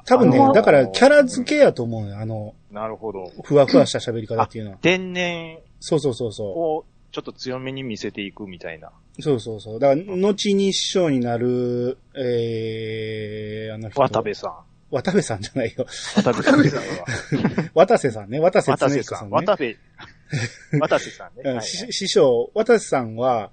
Speaker 1: 多分ね
Speaker 2: あの、
Speaker 1: だからキャラ付けやと思うよ。あの、
Speaker 4: うんなるほど。
Speaker 1: ふわふわした喋り方っていうのは。
Speaker 4: 天然
Speaker 1: そうそうそうそう。
Speaker 4: をちょっと強めに見せていくみたいな。
Speaker 1: そうそうそう。だから、後に師匠になる、えー、あの人。
Speaker 4: 渡部さん。
Speaker 1: 渡部さんじゃないよ。
Speaker 4: 渡部さんは。
Speaker 1: 渡瀬さんね。渡瀬
Speaker 4: 渡
Speaker 1: 恒
Speaker 4: 瀬
Speaker 1: 彦
Speaker 4: さ
Speaker 1: さん
Speaker 4: ん。
Speaker 1: ね。
Speaker 4: 渡部。渡瀬さんね。はい
Speaker 1: うん
Speaker 4: はい
Speaker 1: し師匠、渡瀬さんは、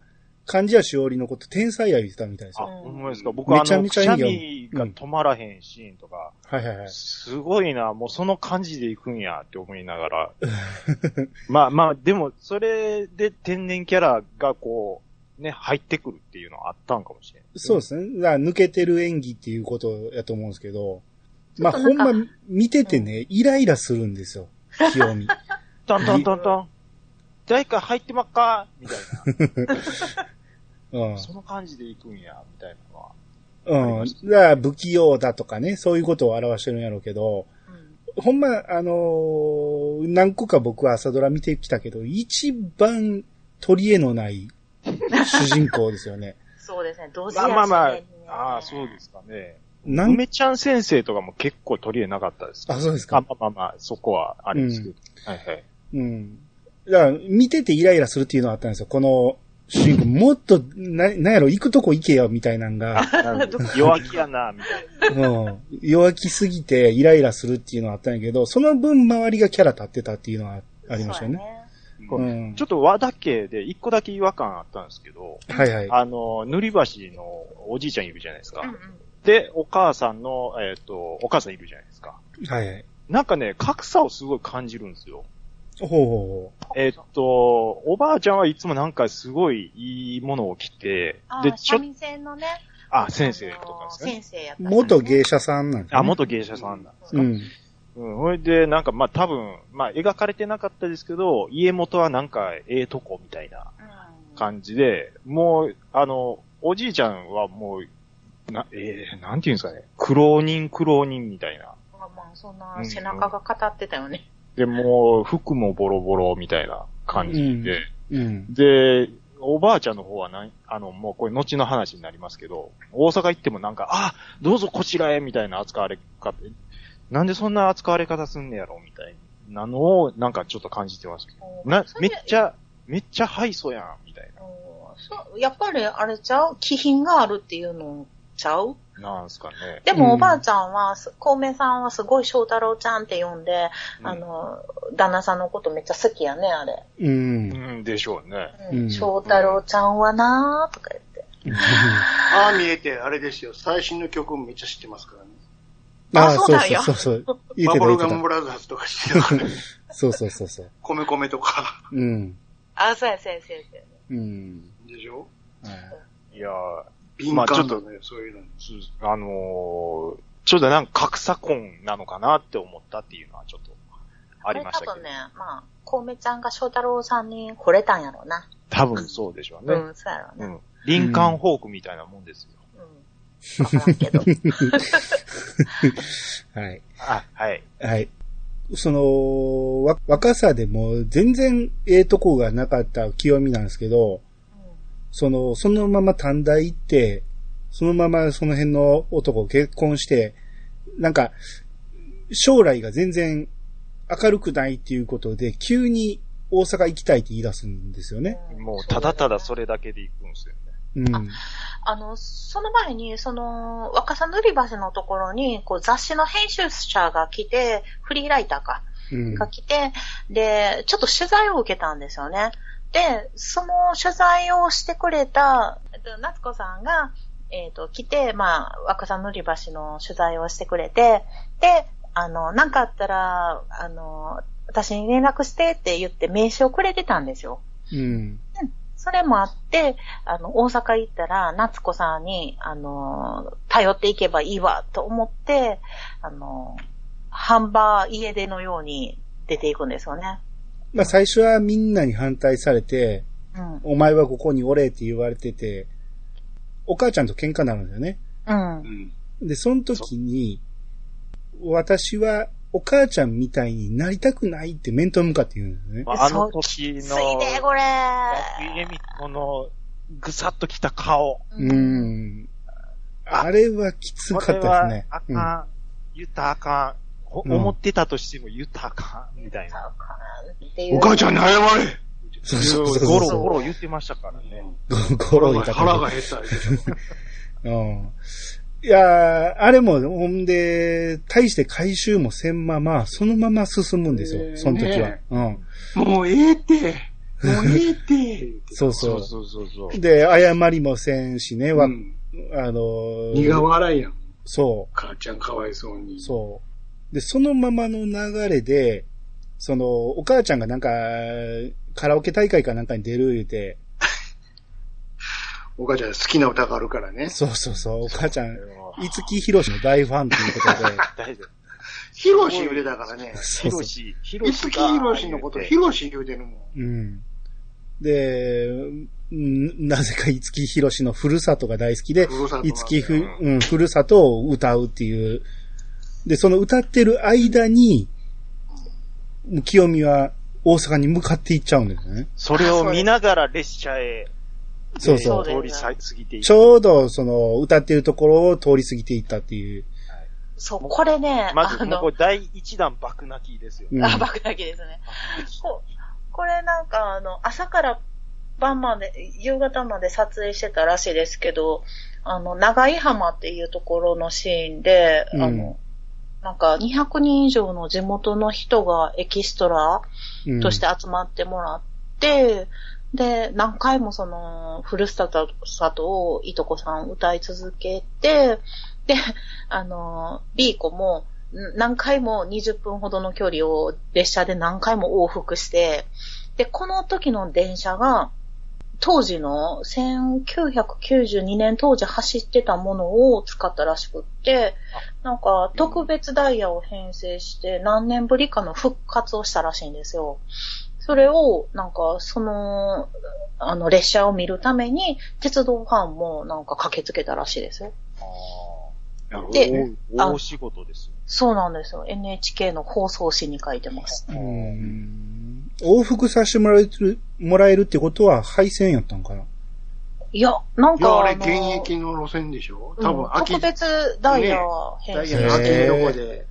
Speaker 1: 漢字やしおりのこと、天才や言ってたみたいです
Speaker 4: あ、
Speaker 1: よ。
Speaker 4: ほんまですか。僕あ
Speaker 1: めちゃ
Speaker 4: の、
Speaker 1: め
Speaker 4: く
Speaker 1: ちゃいい
Speaker 4: し
Speaker 1: よ
Speaker 4: ゃみが止まらへんシーンとか、
Speaker 1: はいはいはい。
Speaker 4: すごいな、もうその感じで行くんやって思いなが ら。まあまあ、でも、それで天然キャラがこう、ね、入ってくるっていうのはあったんかもしれない。
Speaker 1: そうですね。だから抜けてる演技っていうことやと思うんですけど、まあ
Speaker 2: ちょっ
Speaker 1: ほ
Speaker 2: と
Speaker 1: ん
Speaker 2: な
Speaker 1: ま
Speaker 2: んか
Speaker 1: 見ててね、イライラするんですよ。清美。
Speaker 4: トントントントン。誰か入ってまっかみたい
Speaker 1: うん
Speaker 4: な。。その感じで行くんや、みたいなのは。
Speaker 1: うん。だから不器用だとかね、そういうことを表してるんやろうけど、ほんま、あのー何個か僕は朝ドラ見てきたけど、一番取り柄のない主人公ですよね。
Speaker 2: そうですね、同時
Speaker 4: まあまあまあ、ああ、そうですかね。
Speaker 1: なん
Speaker 4: 梅ちゃん先生とかも結構取り柄なかったですか
Speaker 1: あ、そうですか
Speaker 4: あ、ま。あまあまあ、そこはあれですけど。はいはい。
Speaker 1: うん。だから、見ててイライラするっていうのはあったんですよ。この主人公、もっと、な、なんやろ、行くとこ行けよ、みたいなん が、
Speaker 4: 弱気やな、みたい
Speaker 1: うん。弱気すぎてイライラするっていうのはあったんやけど、その分周りがキャラ立ってたっていうのはありましたよね。
Speaker 4: そううや
Speaker 1: ん
Speaker 4: な。ちょ。っと和田家で一個だけ違和感あったんですけど、
Speaker 1: はいはい。
Speaker 4: あの、塗り橋のおじいちゃんいるじゃないですか
Speaker 2: うん。
Speaker 4: で、お母さんの、えっ、と、お母さんいるじゃないですか。
Speaker 1: はいはい。
Speaker 4: なんかね、格差をすごい感じるんですよ。
Speaker 1: ほうほうほ
Speaker 4: えっ、と、おばあちゃんはいつもなんかすごいいいものを着て、で、
Speaker 2: で、
Speaker 4: ちょ
Speaker 2: 三、味線のね、
Speaker 4: あ、先生とかですかね。
Speaker 2: 先生や
Speaker 1: う。
Speaker 2: ったりね。
Speaker 1: 元芸者さんなんですね
Speaker 4: あ、元芸者さんなんですか。
Speaker 1: う
Speaker 4: うん。
Speaker 1: ん。
Speaker 4: それで、なんか、まあ、多分、まあ、描かれてなかったですけど、家元はなんか、ええとこみたいな
Speaker 2: うん
Speaker 4: 感じで、もう、あの、おじいちゃんはもう、な、えー、なんていうんですかね。苦労人苦労人みたいな。
Speaker 2: まあまあ、そんな背中が語ってたよね。
Speaker 4: で、もう、服もボロボロみたいな感じで、
Speaker 1: うん。
Speaker 4: で、おばあちゃんの方はなん、あの、もうこれ後の話になりますけど、大阪行ってもなんか、あ、どうぞこちらへみたいな扱われ方、なんでそんな扱われ方すんねやろみたいなのを、なんかちょっと感じてますけど。な、めっち
Speaker 2: ゃ。
Speaker 4: ゃ、めっちゃ敗訴やん、みた
Speaker 2: う
Speaker 4: い
Speaker 2: んそうやっぱりあれちゃう気品があるっていうのちゃう
Speaker 4: な。なんすかね。
Speaker 2: で
Speaker 1: うん
Speaker 2: もおばあちゃんは、す孔明さんはすごい翔太郎ちゃんって呼んで、
Speaker 4: うん
Speaker 2: あの、旦那さんのことめっちゃ好きやね、あれ。
Speaker 1: うん。
Speaker 4: うん、でしょうね。
Speaker 2: う
Speaker 1: うん
Speaker 2: ん、翔太郎ちゃんはなーとか言って。
Speaker 3: ああ見えて、あれですよ。最新の曲もめっちゃ知ってますからね。
Speaker 1: あ
Speaker 2: あ
Speaker 1: あ、
Speaker 2: そ
Speaker 1: そうう
Speaker 2: なん
Speaker 1: そう
Speaker 2: や
Speaker 1: そうそう。言っ
Speaker 3: バ
Speaker 1: てた
Speaker 3: ブ
Speaker 1: 言
Speaker 3: ル
Speaker 1: って
Speaker 3: ガム
Speaker 1: た
Speaker 3: ブ。ラザーズとか知ってたからね。
Speaker 1: そうそうそうそう。
Speaker 3: 米米とか。
Speaker 1: うん。
Speaker 2: あ、そうや、そうや、そうや。そうや
Speaker 1: うん。
Speaker 3: でしょ
Speaker 1: はい
Speaker 4: いやー、
Speaker 3: 敏
Speaker 4: まあ
Speaker 3: 感
Speaker 4: ちょっ
Speaker 3: だ
Speaker 4: と
Speaker 3: ね、そういうのに。
Speaker 4: すあのーちょっとなんか格差婚なのかなって思ったっていうのはちょっとあ
Speaker 2: こ
Speaker 4: り
Speaker 2: れ
Speaker 4: まし
Speaker 2: 多
Speaker 4: たけど
Speaker 2: 分。ね、まあ、コウメちゃんが翔太郎さんに惚れたんやろうな。
Speaker 4: 多分そうでしょう
Speaker 2: う
Speaker 4: ね。
Speaker 2: ん、そうやろう
Speaker 4: う
Speaker 2: ね。
Speaker 4: ん。林間フォークみたいなもんですよ。
Speaker 2: うん。わからんけ ど。
Speaker 1: はい。
Speaker 4: あ、はい。
Speaker 1: はい。その、わ若さでも全然ええとこがなかった清美なんですけど、その、そのまま短大行って、そのままその辺の男結婚して、なんか、将来が全然明るくないっていうことで、急に大阪行きたいって言い出すんですよね。
Speaker 2: うん
Speaker 4: もうただただそ
Speaker 2: れ。
Speaker 4: れだけで行くんですよね。
Speaker 1: うん。
Speaker 2: ああの、その前に、その、若さ塗り橋のところに、こう、雑誌の編集者が来て、フリーライターか、
Speaker 1: うん。
Speaker 2: が来て、で、ちょっと取材を受けたんですよね。で、その取材をしてくれた、えっと夏子さんが、えっ、と、来て、まあ、若さんのり橋の取材をしてくれて、で、あの、なんかあったら、あの、私に連絡してって言って名刺をくれてたんですよ。
Speaker 1: うん。
Speaker 2: それもあって、あの、大阪行ったら、夏子さんに、あの、頼っていけばいいわ、と思って、あの、ハンバー家出のように出ていくんですよね。
Speaker 1: まあ最初はみんなに反対されて、
Speaker 2: うん。
Speaker 1: お前はここにおれって言われてて、お母ちゃんと喧嘩になるんだよね。
Speaker 2: うん
Speaker 3: う。ん。
Speaker 1: で、その時に、私はお母ちゃんみたいになりたくないって面と向かって言うんですよね。
Speaker 4: まあ、
Speaker 2: そ
Speaker 4: あ
Speaker 2: う
Speaker 4: の時の、
Speaker 2: ついね、これ。
Speaker 4: エミコのぐさっときた顔。
Speaker 1: う。ん。あれはきつ
Speaker 4: こ
Speaker 1: か
Speaker 4: れ
Speaker 1: っ
Speaker 4: は
Speaker 1: たですね。
Speaker 4: あ
Speaker 1: うん
Speaker 4: かん。言ったらあかん。ほ
Speaker 1: うん
Speaker 4: 思ってたとしても言ったらあかん。みたいな。
Speaker 3: お母
Speaker 2: ち
Speaker 3: ちゃんに謝れ
Speaker 1: そうそうそう
Speaker 4: ゴ
Speaker 1: そう
Speaker 4: ロゴロ言ってましたからね。
Speaker 1: ゴロ言い方で
Speaker 3: 腹が減ったでしょ。
Speaker 1: うん。いやーあれも、ほんで、大して回収もせんまま、そのまま進むんです
Speaker 3: え
Speaker 1: よ、
Speaker 3: ー
Speaker 1: その時は
Speaker 3: ね。
Speaker 1: うん。
Speaker 3: もうええって。もうええって。
Speaker 1: そう
Speaker 4: そ
Speaker 1: そうう。
Speaker 4: そうそうそう。
Speaker 1: で、謝りもせんしね、わ、
Speaker 3: うん
Speaker 1: あのー
Speaker 3: 苦笑いやん。
Speaker 1: そう。
Speaker 3: 母ちゃんかわいそうに。
Speaker 1: そう。で、そのままの流れで、その、お母ちゃんがなんか、カラオケ大会かなんかに出る言うて、
Speaker 3: お母ちゃん好きな歌があるからね。
Speaker 1: そうそうそう、お母ちゃん、
Speaker 4: い
Speaker 1: 五木ひろしの大ファンということで、
Speaker 4: 大丈夫。
Speaker 3: ヒロシ言うてたからね。
Speaker 1: そ
Speaker 4: ヒ
Speaker 1: うそ
Speaker 4: ロ
Speaker 1: う。
Speaker 4: シ、ヒロ
Speaker 3: い
Speaker 4: シ
Speaker 3: つき
Speaker 4: が。
Speaker 3: ヒロシのこと、ヒロシ言うてるもん。
Speaker 1: うん。で、んなぜか五木ひろしのふるさとが大好きで、
Speaker 3: ふるさとなんだよ
Speaker 1: 五木ふ、うん、ふるさとを歌うっていう。で、その歌ってる間に、清美は大阪に向かって行っちゃうんですよね。
Speaker 4: それを見ながら列車へ
Speaker 1: そう
Speaker 2: そ
Speaker 1: そうう
Speaker 2: で。
Speaker 4: 通り過ぎていく
Speaker 1: ちょうど、その、歌ってるところを通り過ぎていったっていう。
Speaker 2: そう、これね、
Speaker 4: まず、
Speaker 2: あ
Speaker 4: もうこ
Speaker 2: の、
Speaker 4: れ第一弾爆泣きですよ。
Speaker 1: うん
Speaker 2: あ、爆だけですね。ここれなんか、あの、朝から晩まで、夕方まで撮影してたらしいですけど、あの、長井浜っていうところのシーンで、あの、なんか200人以上の地元の人がエキストラ
Speaker 1: うん
Speaker 2: として集まってもらって、で、何回もその、ふるさとをいとこさん歌い続けて、で、あの、B 子も、ん何回も20分ほどの距離を列車で何回も往復して、で、この時の電車が、当時の1992年当時走ってたものを使ったらしくって、なんか特別ダイヤを編成して何年ぶりかの復活をしたらしいんですよ。それを、なんか、その、あの、列車を見るために、鉄道ファンもなんか駆けつけたらしいですよ。
Speaker 4: あー
Speaker 2: で
Speaker 4: 大大仕事ですよ。
Speaker 2: そうなんですよ。NHK の放送誌に書いてます。
Speaker 1: うん往復させてもらえる、もらえるってことは敗戦やったんかな。
Speaker 2: いや、なん
Speaker 3: いや、
Speaker 2: か、
Speaker 3: あれ
Speaker 2: の
Speaker 3: 現役の路線でしょ
Speaker 2: うん
Speaker 3: 多分秋、
Speaker 2: 特別ダイヤ
Speaker 3: ダ
Speaker 2: 編
Speaker 3: イ
Speaker 2: 成
Speaker 3: ヤ。の秋のとこで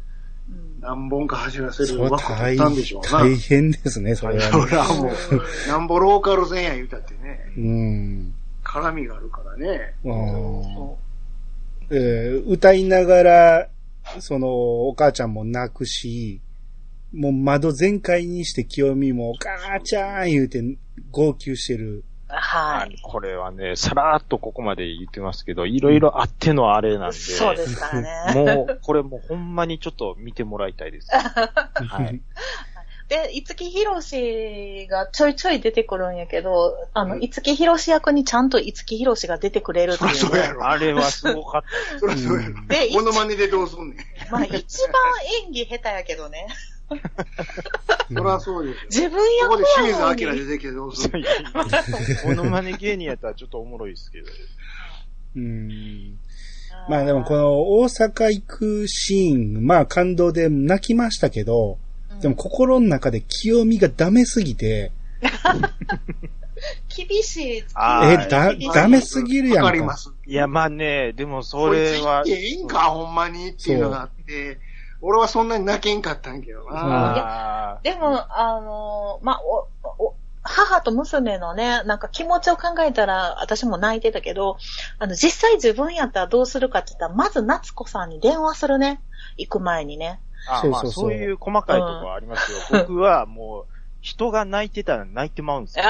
Speaker 2: うん
Speaker 3: 何本か走らせ
Speaker 1: そ
Speaker 3: る
Speaker 1: れ
Speaker 3: 枠を取
Speaker 1: 大
Speaker 3: ったんでしょうな。
Speaker 1: 大変ですね、それは
Speaker 3: そ
Speaker 1: ね。
Speaker 3: らもう、なんぼローカル線や言うたってね、
Speaker 1: うん。
Speaker 3: 絡みがあるからね。
Speaker 1: あー
Speaker 2: そ
Speaker 1: えー歌いながら、その、お母ちゃんも泣くし、もう窓全開にして清美も、お母ちゃん言うて号泣してる。
Speaker 2: うは
Speaker 4: あ
Speaker 2: い。
Speaker 4: これはね、さらっとここまで言ってますけど、いろいろあってのあれなんで、
Speaker 2: そうで すからね。
Speaker 4: もう、これもうほんまにちょっと見てもらいたいです。はい。
Speaker 2: で、五木ひろしがちょいちょい出てくるんやけど、あの、
Speaker 3: うん
Speaker 2: 五木ひろし役にちゃんと五木ひろしが出てくれるって
Speaker 3: そりゃ
Speaker 2: い
Speaker 3: そうや
Speaker 2: う。
Speaker 3: ろ。
Speaker 4: あれはすごか っ た。
Speaker 3: そりゃそうやろ。
Speaker 2: で、一
Speaker 3: モノマネでどうすんねん。
Speaker 2: ま あ、一番演技下手やけどね。
Speaker 1: うん
Speaker 3: そりゃそうです
Speaker 2: 自
Speaker 3: よ。
Speaker 2: 分
Speaker 3: こ
Speaker 2: 役
Speaker 3: こで清水
Speaker 2: やの
Speaker 3: 明
Speaker 2: に。
Speaker 3: 出てきてどうすんねん。
Speaker 4: モノマネ芸人やったらちょっとおもろいですけど。
Speaker 1: うん。まあでもこの大阪行くシーン、まあ感動で泣きましたけど、
Speaker 2: うん
Speaker 1: でも心の中で清美がダメすぎて、
Speaker 2: 厳しい。
Speaker 4: あ
Speaker 1: え
Speaker 4: ー、
Speaker 1: だ、ダメすぎるやん
Speaker 3: わ
Speaker 1: か。
Speaker 3: かります。
Speaker 4: いや、まあね、でもそ
Speaker 3: こい
Speaker 4: れ
Speaker 3: つ行
Speaker 4: は
Speaker 3: っ。ていいんか、ほんまにっていうのがあって、俺はそんなに泣けんかったんやけどな。
Speaker 4: あー
Speaker 2: でも、あのまあ、お、お、母と娘のね、なんか気持ちを考えたら、私も泣いてたけど、あの、実際自分やったらどうするかって言ったら、まず夏子さんに電話するね。行く前に ね。
Speaker 4: あ
Speaker 1: そう
Speaker 4: まあ
Speaker 1: そうそう
Speaker 4: そういう細かいとこはありますよ。
Speaker 2: うん
Speaker 4: 僕はもう、人が泣いてたら泣いてまうんですよ。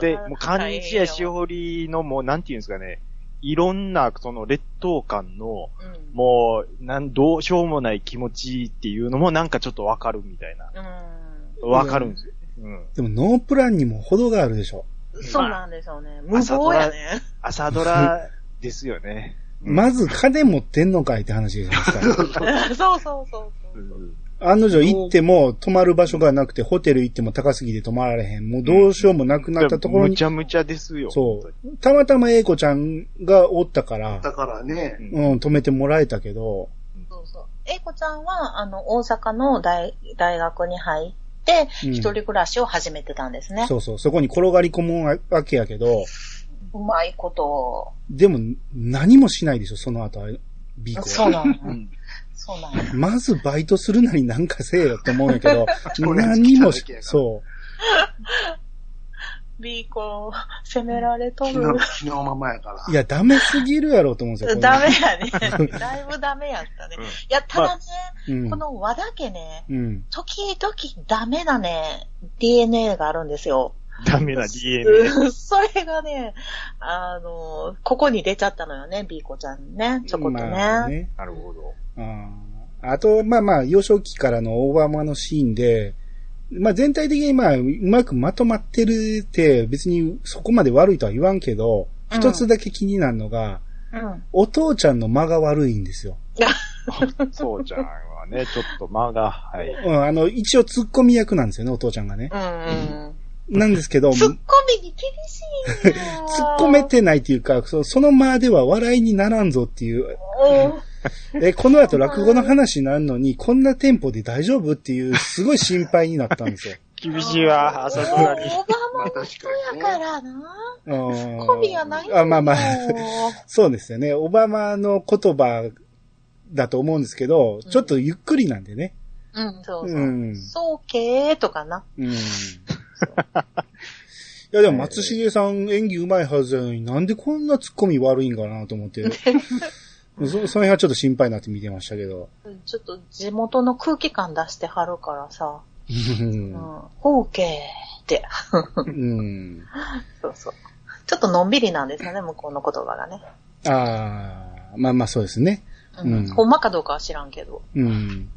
Speaker 4: で、もう、
Speaker 2: 感
Speaker 4: 上やしおりのもう、なんていうんですかね、いろんな、その、劣等感の、
Speaker 2: うん。
Speaker 4: もう、なん、どうしようもない気持ちっていうのも、なんかちょっとわかるみたいな。
Speaker 2: うん
Speaker 4: わかるんですよ。うん。
Speaker 1: でもノープランにも程があるでしょ。
Speaker 2: そうなんでしょうね。無謀やね。
Speaker 4: 朝ドラですよね。うん
Speaker 1: まず金持ってんのかいって話じゃないです か。
Speaker 2: そうそうそうそうう。
Speaker 4: ん
Speaker 1: 案の定行っても泊まる場所がなくて、ホテル行っても高すぎて泊まられへん。もうどうしようもなくなったところ
Speaker 4: む
Speaker 1: に、
Speaker 4: ちゃむちゃですよ。
Speaker 1: そう
Speaker 4: 本
Speaker 1: たまたま英子ちゃんがおったから、
Speaker 3: だからね、
Speaker 4: 当に。
Speaker 1: うん、止めてもらえたけど、
Speaker 2: そうそう。英子ちゃんは、あの、大阪の大大学に入って、
Speaker 1: うん
Speaker 2: 一人暮らしを始めてたんですね。
Speaker 1: そうそう、そこに転がり込むわけやけど、
Speaker 2: うまいことを。
Speaker 1: でも何もしないでしょ、その後、B 子
Speaker 2: そうなん
Speaker 4: う
Speaker 2: や
Speaker 4: ん
Speaker 2: そうなんや
Speaker 1: まずバイトするなりなんかせえよって思うんやけど、
Speaker 3: これ
Speaker 1: 何もし
Speaker 3: 好きなだけやか、ら
Speaker 1: そ
Speaker 2: B 子、責められと
Speaker 3: 昨
Speaker 2: る
Speaker 3: 日、。昨日ままやから
Speaker 1: う。い。や、ダメすぎるやろうと思うんですよ。こ
Speaker 2: ダ
Speaker 1: れ
Speaker 2: メやね。だいぶダメやったね。
Speaker 4: うん
Speaker 2: いや、ただね、
Speaker 1: うん
Speaker 2: こ。の和だけね、
Speaker 1: うん。
Speaker 2: 時々ダメなね、DNA があるんですよ。
Speaker 4: ダメな DNA。
Speaker 2: それがね、あの、ここに出ちゃったのよね、B 子ちゃんね、ちょこっとね。
Speaker 1: まあね
Speaker 4: なるほど。
Speaker 1: うんあと、まあまあ、幼少期からのオーバーマのシーンで、まあ全体的にまあ、うまくまとまってるって、別にそこまで悪いとは言わんけど、
Speaker 2: うん
Speaker 1: 一つだけ気になるのが、
Speaker 2: うん。
Speaker 1: お父ちゃんの間が悪いんですよ。
Speaker 4: そうちゃんはね、 ちょっと間が、はい。
Speaker 1: うん、あの、一応突っ込み役なんですよね、お父ちゃんがね。
Speaker 2: うんうん。
Speaker 1: なんですけど、
Speaker 2: ツッ
Speaker 1: 突
Speaker 2: コ
Speaker 1: っ
Speaker 2: ミに厳しいな
Speaker 1: 込め。てないっていうか、そその間では笑いにならんぞっていう、
Speaker 2: うん
Speaker 1: え、この後落語の話になるのに、こんなテンポで大丈夫っていう、すごい心配になったんです よ。
Speaker 4: 厳しいわ、朝ドラに。
Speaker 2: オバマ
Speaker 3: まあ
Speaker 2: の
Speaker 3: 確
Speaker 2: 人
Speaker 3: かに
Speaker 2: や
Speaker 3: ね。
Speaker 2: からな。ツッ
Speaker 1: コ
Speaker 2: コミがない
Speaker 1: あ、まあまあ。
Speaker 2: も
Speaker 1: そうですよね。オバマの言葉だと思うんですけど、ちょっとゆっくりなんでね。
Speaker 2: ううん、そう
Speaker 1: う
Speaker 2: そう。
Speaker 1: ん。
Speaker 2: そうけーとかな。
Speaker 1: うん。いやでも松重さん演技うまいはずなのになんでこんなツッコミ悪いんかなと思って。そ その辺はちょっと心配になって見てましたけど。
Speaker 2: うんちょっと地元の空気感出してはるからさ。
Speaker 1: う。
Speaker 2: うんん。ほうけーって。
Speaker 1: うん。
Speaker 2: そうそう。ちょっとのんびりなんですよね、向こうの言葉がね。
Speaker 1: ああ、まあまあそうですね。
Speaker 2: うん。
Speaker 1: うん
Speaker 2: ほんまかどうかは知らんけど。
Speaker 1: うん。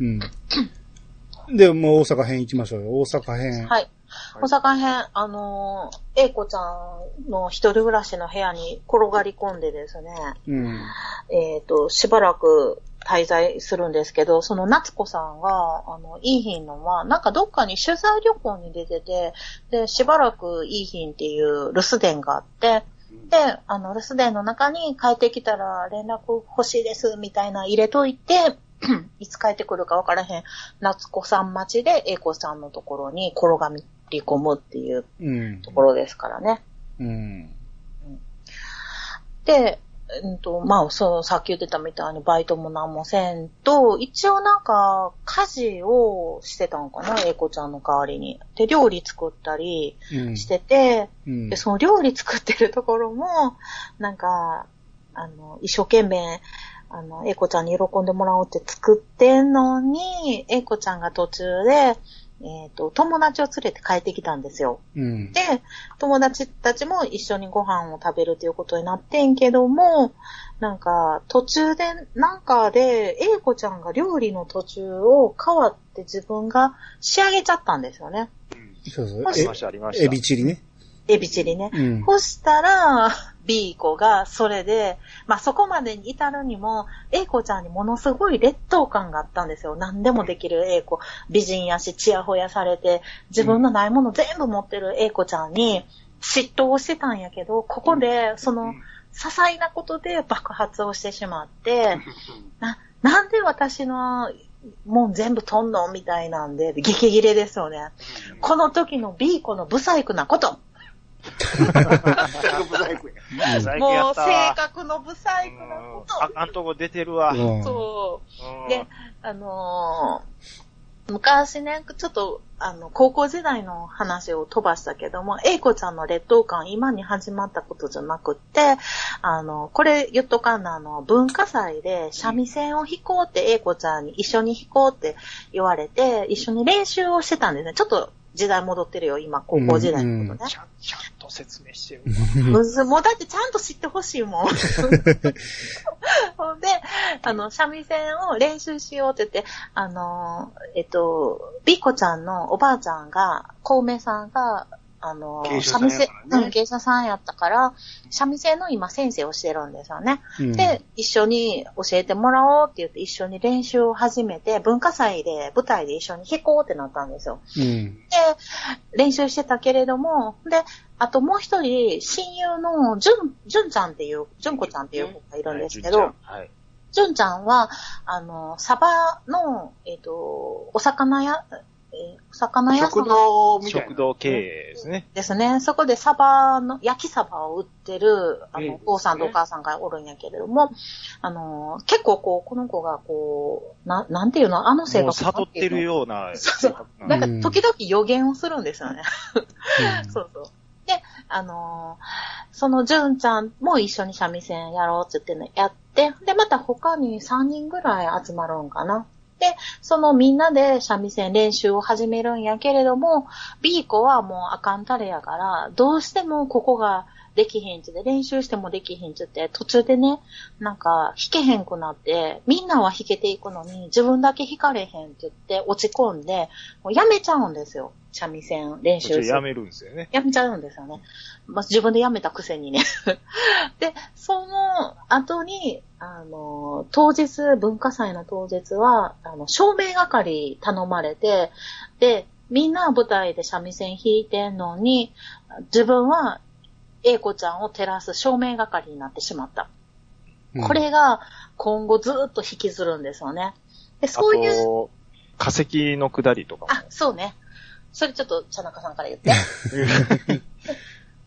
Speaker 1: うん。で、もう大阪編行きましょうよ。大阪編。
Speaker 2: はい。大阪編、あのー、英子ちゃんの一人暮らしの部屋に転がり込んでですね、
Speaker 1: うん。
Speaker 2: えっ、と、しばらく滞在するんですけど、その夏子さんが、あの、いいひんのは、なんかどっかに取材旅行に出てて、で、しばらくいいひんっていう留守電があって、で、あの、留守電の中に帰ってきたら連絡欲しいです、みたいな入れといて、 いつ帰ってくるかわからへん、夏子さん待ちで英子さんのところに転がり込むっていう
Speaker 1: うん
Speaker 2: と。ころですからね。
Speaker 1: うん。
Speaker 2: で、うんと、まあ、そう、さっき言ってたみたいにバイトも何もせんと、一応なんか、家事をしてたんかな、英子ちゃんの代わりに。で、料理作ったり
Speaker 1: うん
Speaker 2: してて、
Speaker 1: うん
Speaker 2: で、その料理作ってるところも、なんか、あの、一生懸命、あの、英子ちゃんに喜んでもらおうって作ってんのに、英子ちゃんが途中で、えっ、と、友達を連れて帰ってきたんですよ。
Speaker 1: うん。
Speaker 2: で、友達たちも一緒にご飯を食べるということになってんけども、なんか、途中で、なんかで、英子ちゃんが料理の途中を変わって自分が仕上げちゃったんですよね。
Speaker 1: そうそう。
Speaker 4: ありました、ありま
Speaker 1: え、
Speaker 4: した。
Speaker 1: エビチリね。
Speaker 2: エビチリね。
Speaker 1: うん。
Speaker 2: そしたら、B 子がそれで、まあ、そこまでに至るにも、A 子ちゃんにものすごい劣等感があったんですよ。何でもできる A 子。美人やし、チヤホヤされて、自分のないもの全部持ってる A 子ちゃんに嫉妬をしてたんやけど、ここで、その、些細なことで爆発をしてしまって、な、なんで私のもん全部取んのみたいなんで、激切れですよね。この時の B 子の不細工なこと。
Speaker 3: 不細工や。
Speaker 4: 最近や
Speaker 2: も
Speaker 4: っ
Speaker 2: う
Speaker 4: た
Speaker 2: 性格の不細工なこ
Speaker 4: うんあかんとこ出てるわ。
Speaker 1: うん
Speaker 2: と。そう。
Speaker 4: うん
Speaker 2: であのー昔ね、ちょっと、あの、高校時代の話を飛ばしたけども、英子ちゃんの劣等感、今に始まったことじゃなくって、あの、これ言っとかんな、あの、文化祭で三味線を弾こうって英子ちゃんに一緒に弾こうって言われて、一緒に練習をしてたんですね。ちょっと時代戻ってるよ、今、高校時代のことね。
Speaker 4: ちゃん、ちゃんと説明してる。
Speaker 2: むず、もうだってちゃんと知ってほしい もん。ほんで、あの、三味線を練習しようって言って、あの、えっと、ビコちゃんのおばあちゃんが、コウメさんが、あの
Speaker 3: 芸、者さん
Speaker 2: 三味線
Speaker 3: やからね、
Speaker 2: うん芸者さんやったから、三味線の今先生をしてるんですよね。
Speaker 1: うん
Speaker 2: で、一緒に教えてもらおうって言って、一緒に練習を始めて、文化祭で舞台で一緒に弾こうってなったんですよ。
Speaker 1: うん。
Speaker 2: で、練習してたけれども、で、あともう一人、親友のじゅん、じゅんちゃんっていう、じゅんこちゃんっていう子がいるんですけ
Speaker 4: はい
Speaker 2: ど、。
Speaker 4: はい
Speaker 2: じゅんちゃんは、あの、サバの、えっ、と、お魚屋、えーお魚屋さ
Speaker 3: 食
Speaker 2: ん
Speaker 3: 堂みたい
Speaker 4: 食
Speaker 3: な。
Speaker 4: 堂経営ですね。
Speaker 2: ですね。そこでサバの、焼きサバを売ってる、あ
Speaker 3: いい
Speaker 2: の、
Speaker 3: ですね
Speaker 2: お父さんとお母さんがおるんやけれども、あの、結構こう、この子がこう、ななんていうの、あの性
Speaker 4: もう
Speaker 2: 格
Speaker 4: 悟ってるような。
Speaker 2: そうそ
Speaker 4: な
Speaker 2: なんん
Speaker 4: か
Speaker 2: か時々予言をするんですよね。
Speaker 1: うん
Speaker 2: そうそう。で、あのーそのじゅんちゃんも一緒に三味線やろうって言ってね、やって、で、また他に3人ぐらい集まるんかな。で、そのみんなで三味線練習を始めるんやけれども、B 子はもうあかんたれやから、どうしてもここができへんちで、練習してもできへんちって、途中でね、なんか弾けへんくなって、みんなは弾けていくのに、自分だけ弾かれへんって言って落ち込んで、もうやめちゃうんですよ。三味線練
Speaker 4: 途中
Speaker 2: 習す
Speaker 4: や
Speaker 2: る
Speaker 4: めるんですよね。
Speaker 2: やめちゃうんですよね。まあ、自分でやめたくせにね。 で、その後に、あの、当日、文化祭の当日は、あの、照明係頼まれて、で、みんな舞台で三味線弾いてんのに、自分は、英子ちゃんを照らす照明係になってしまった。こ、れが、今後ずっと引きずるんですよね。で、
Speaker 4: あ
Speaker 2: そういう、
Speaker 4: と、化石の下りとかも。
Speaker 2: あ、そうね。それちょっと、茶中さんから 言って。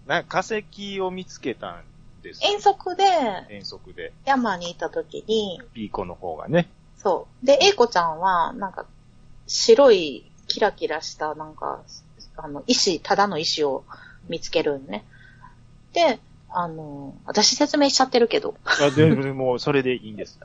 Speaker 4: なんか化石を見つけたんです。
Speaker 2: 遠足で
Speaker 4: 遠足で。
Speaker 2: 山に行った時に、
Speaker 4: ピーコの方がね。
Speaker 2: そう。で、英子ちゃんは、なんか、白い、キラキラした、なんか、あの、石、ただの石を見つけるんね。で、あの、私説明しちゃってるけど、
Speaker 4: あで でもうそれでいいんです。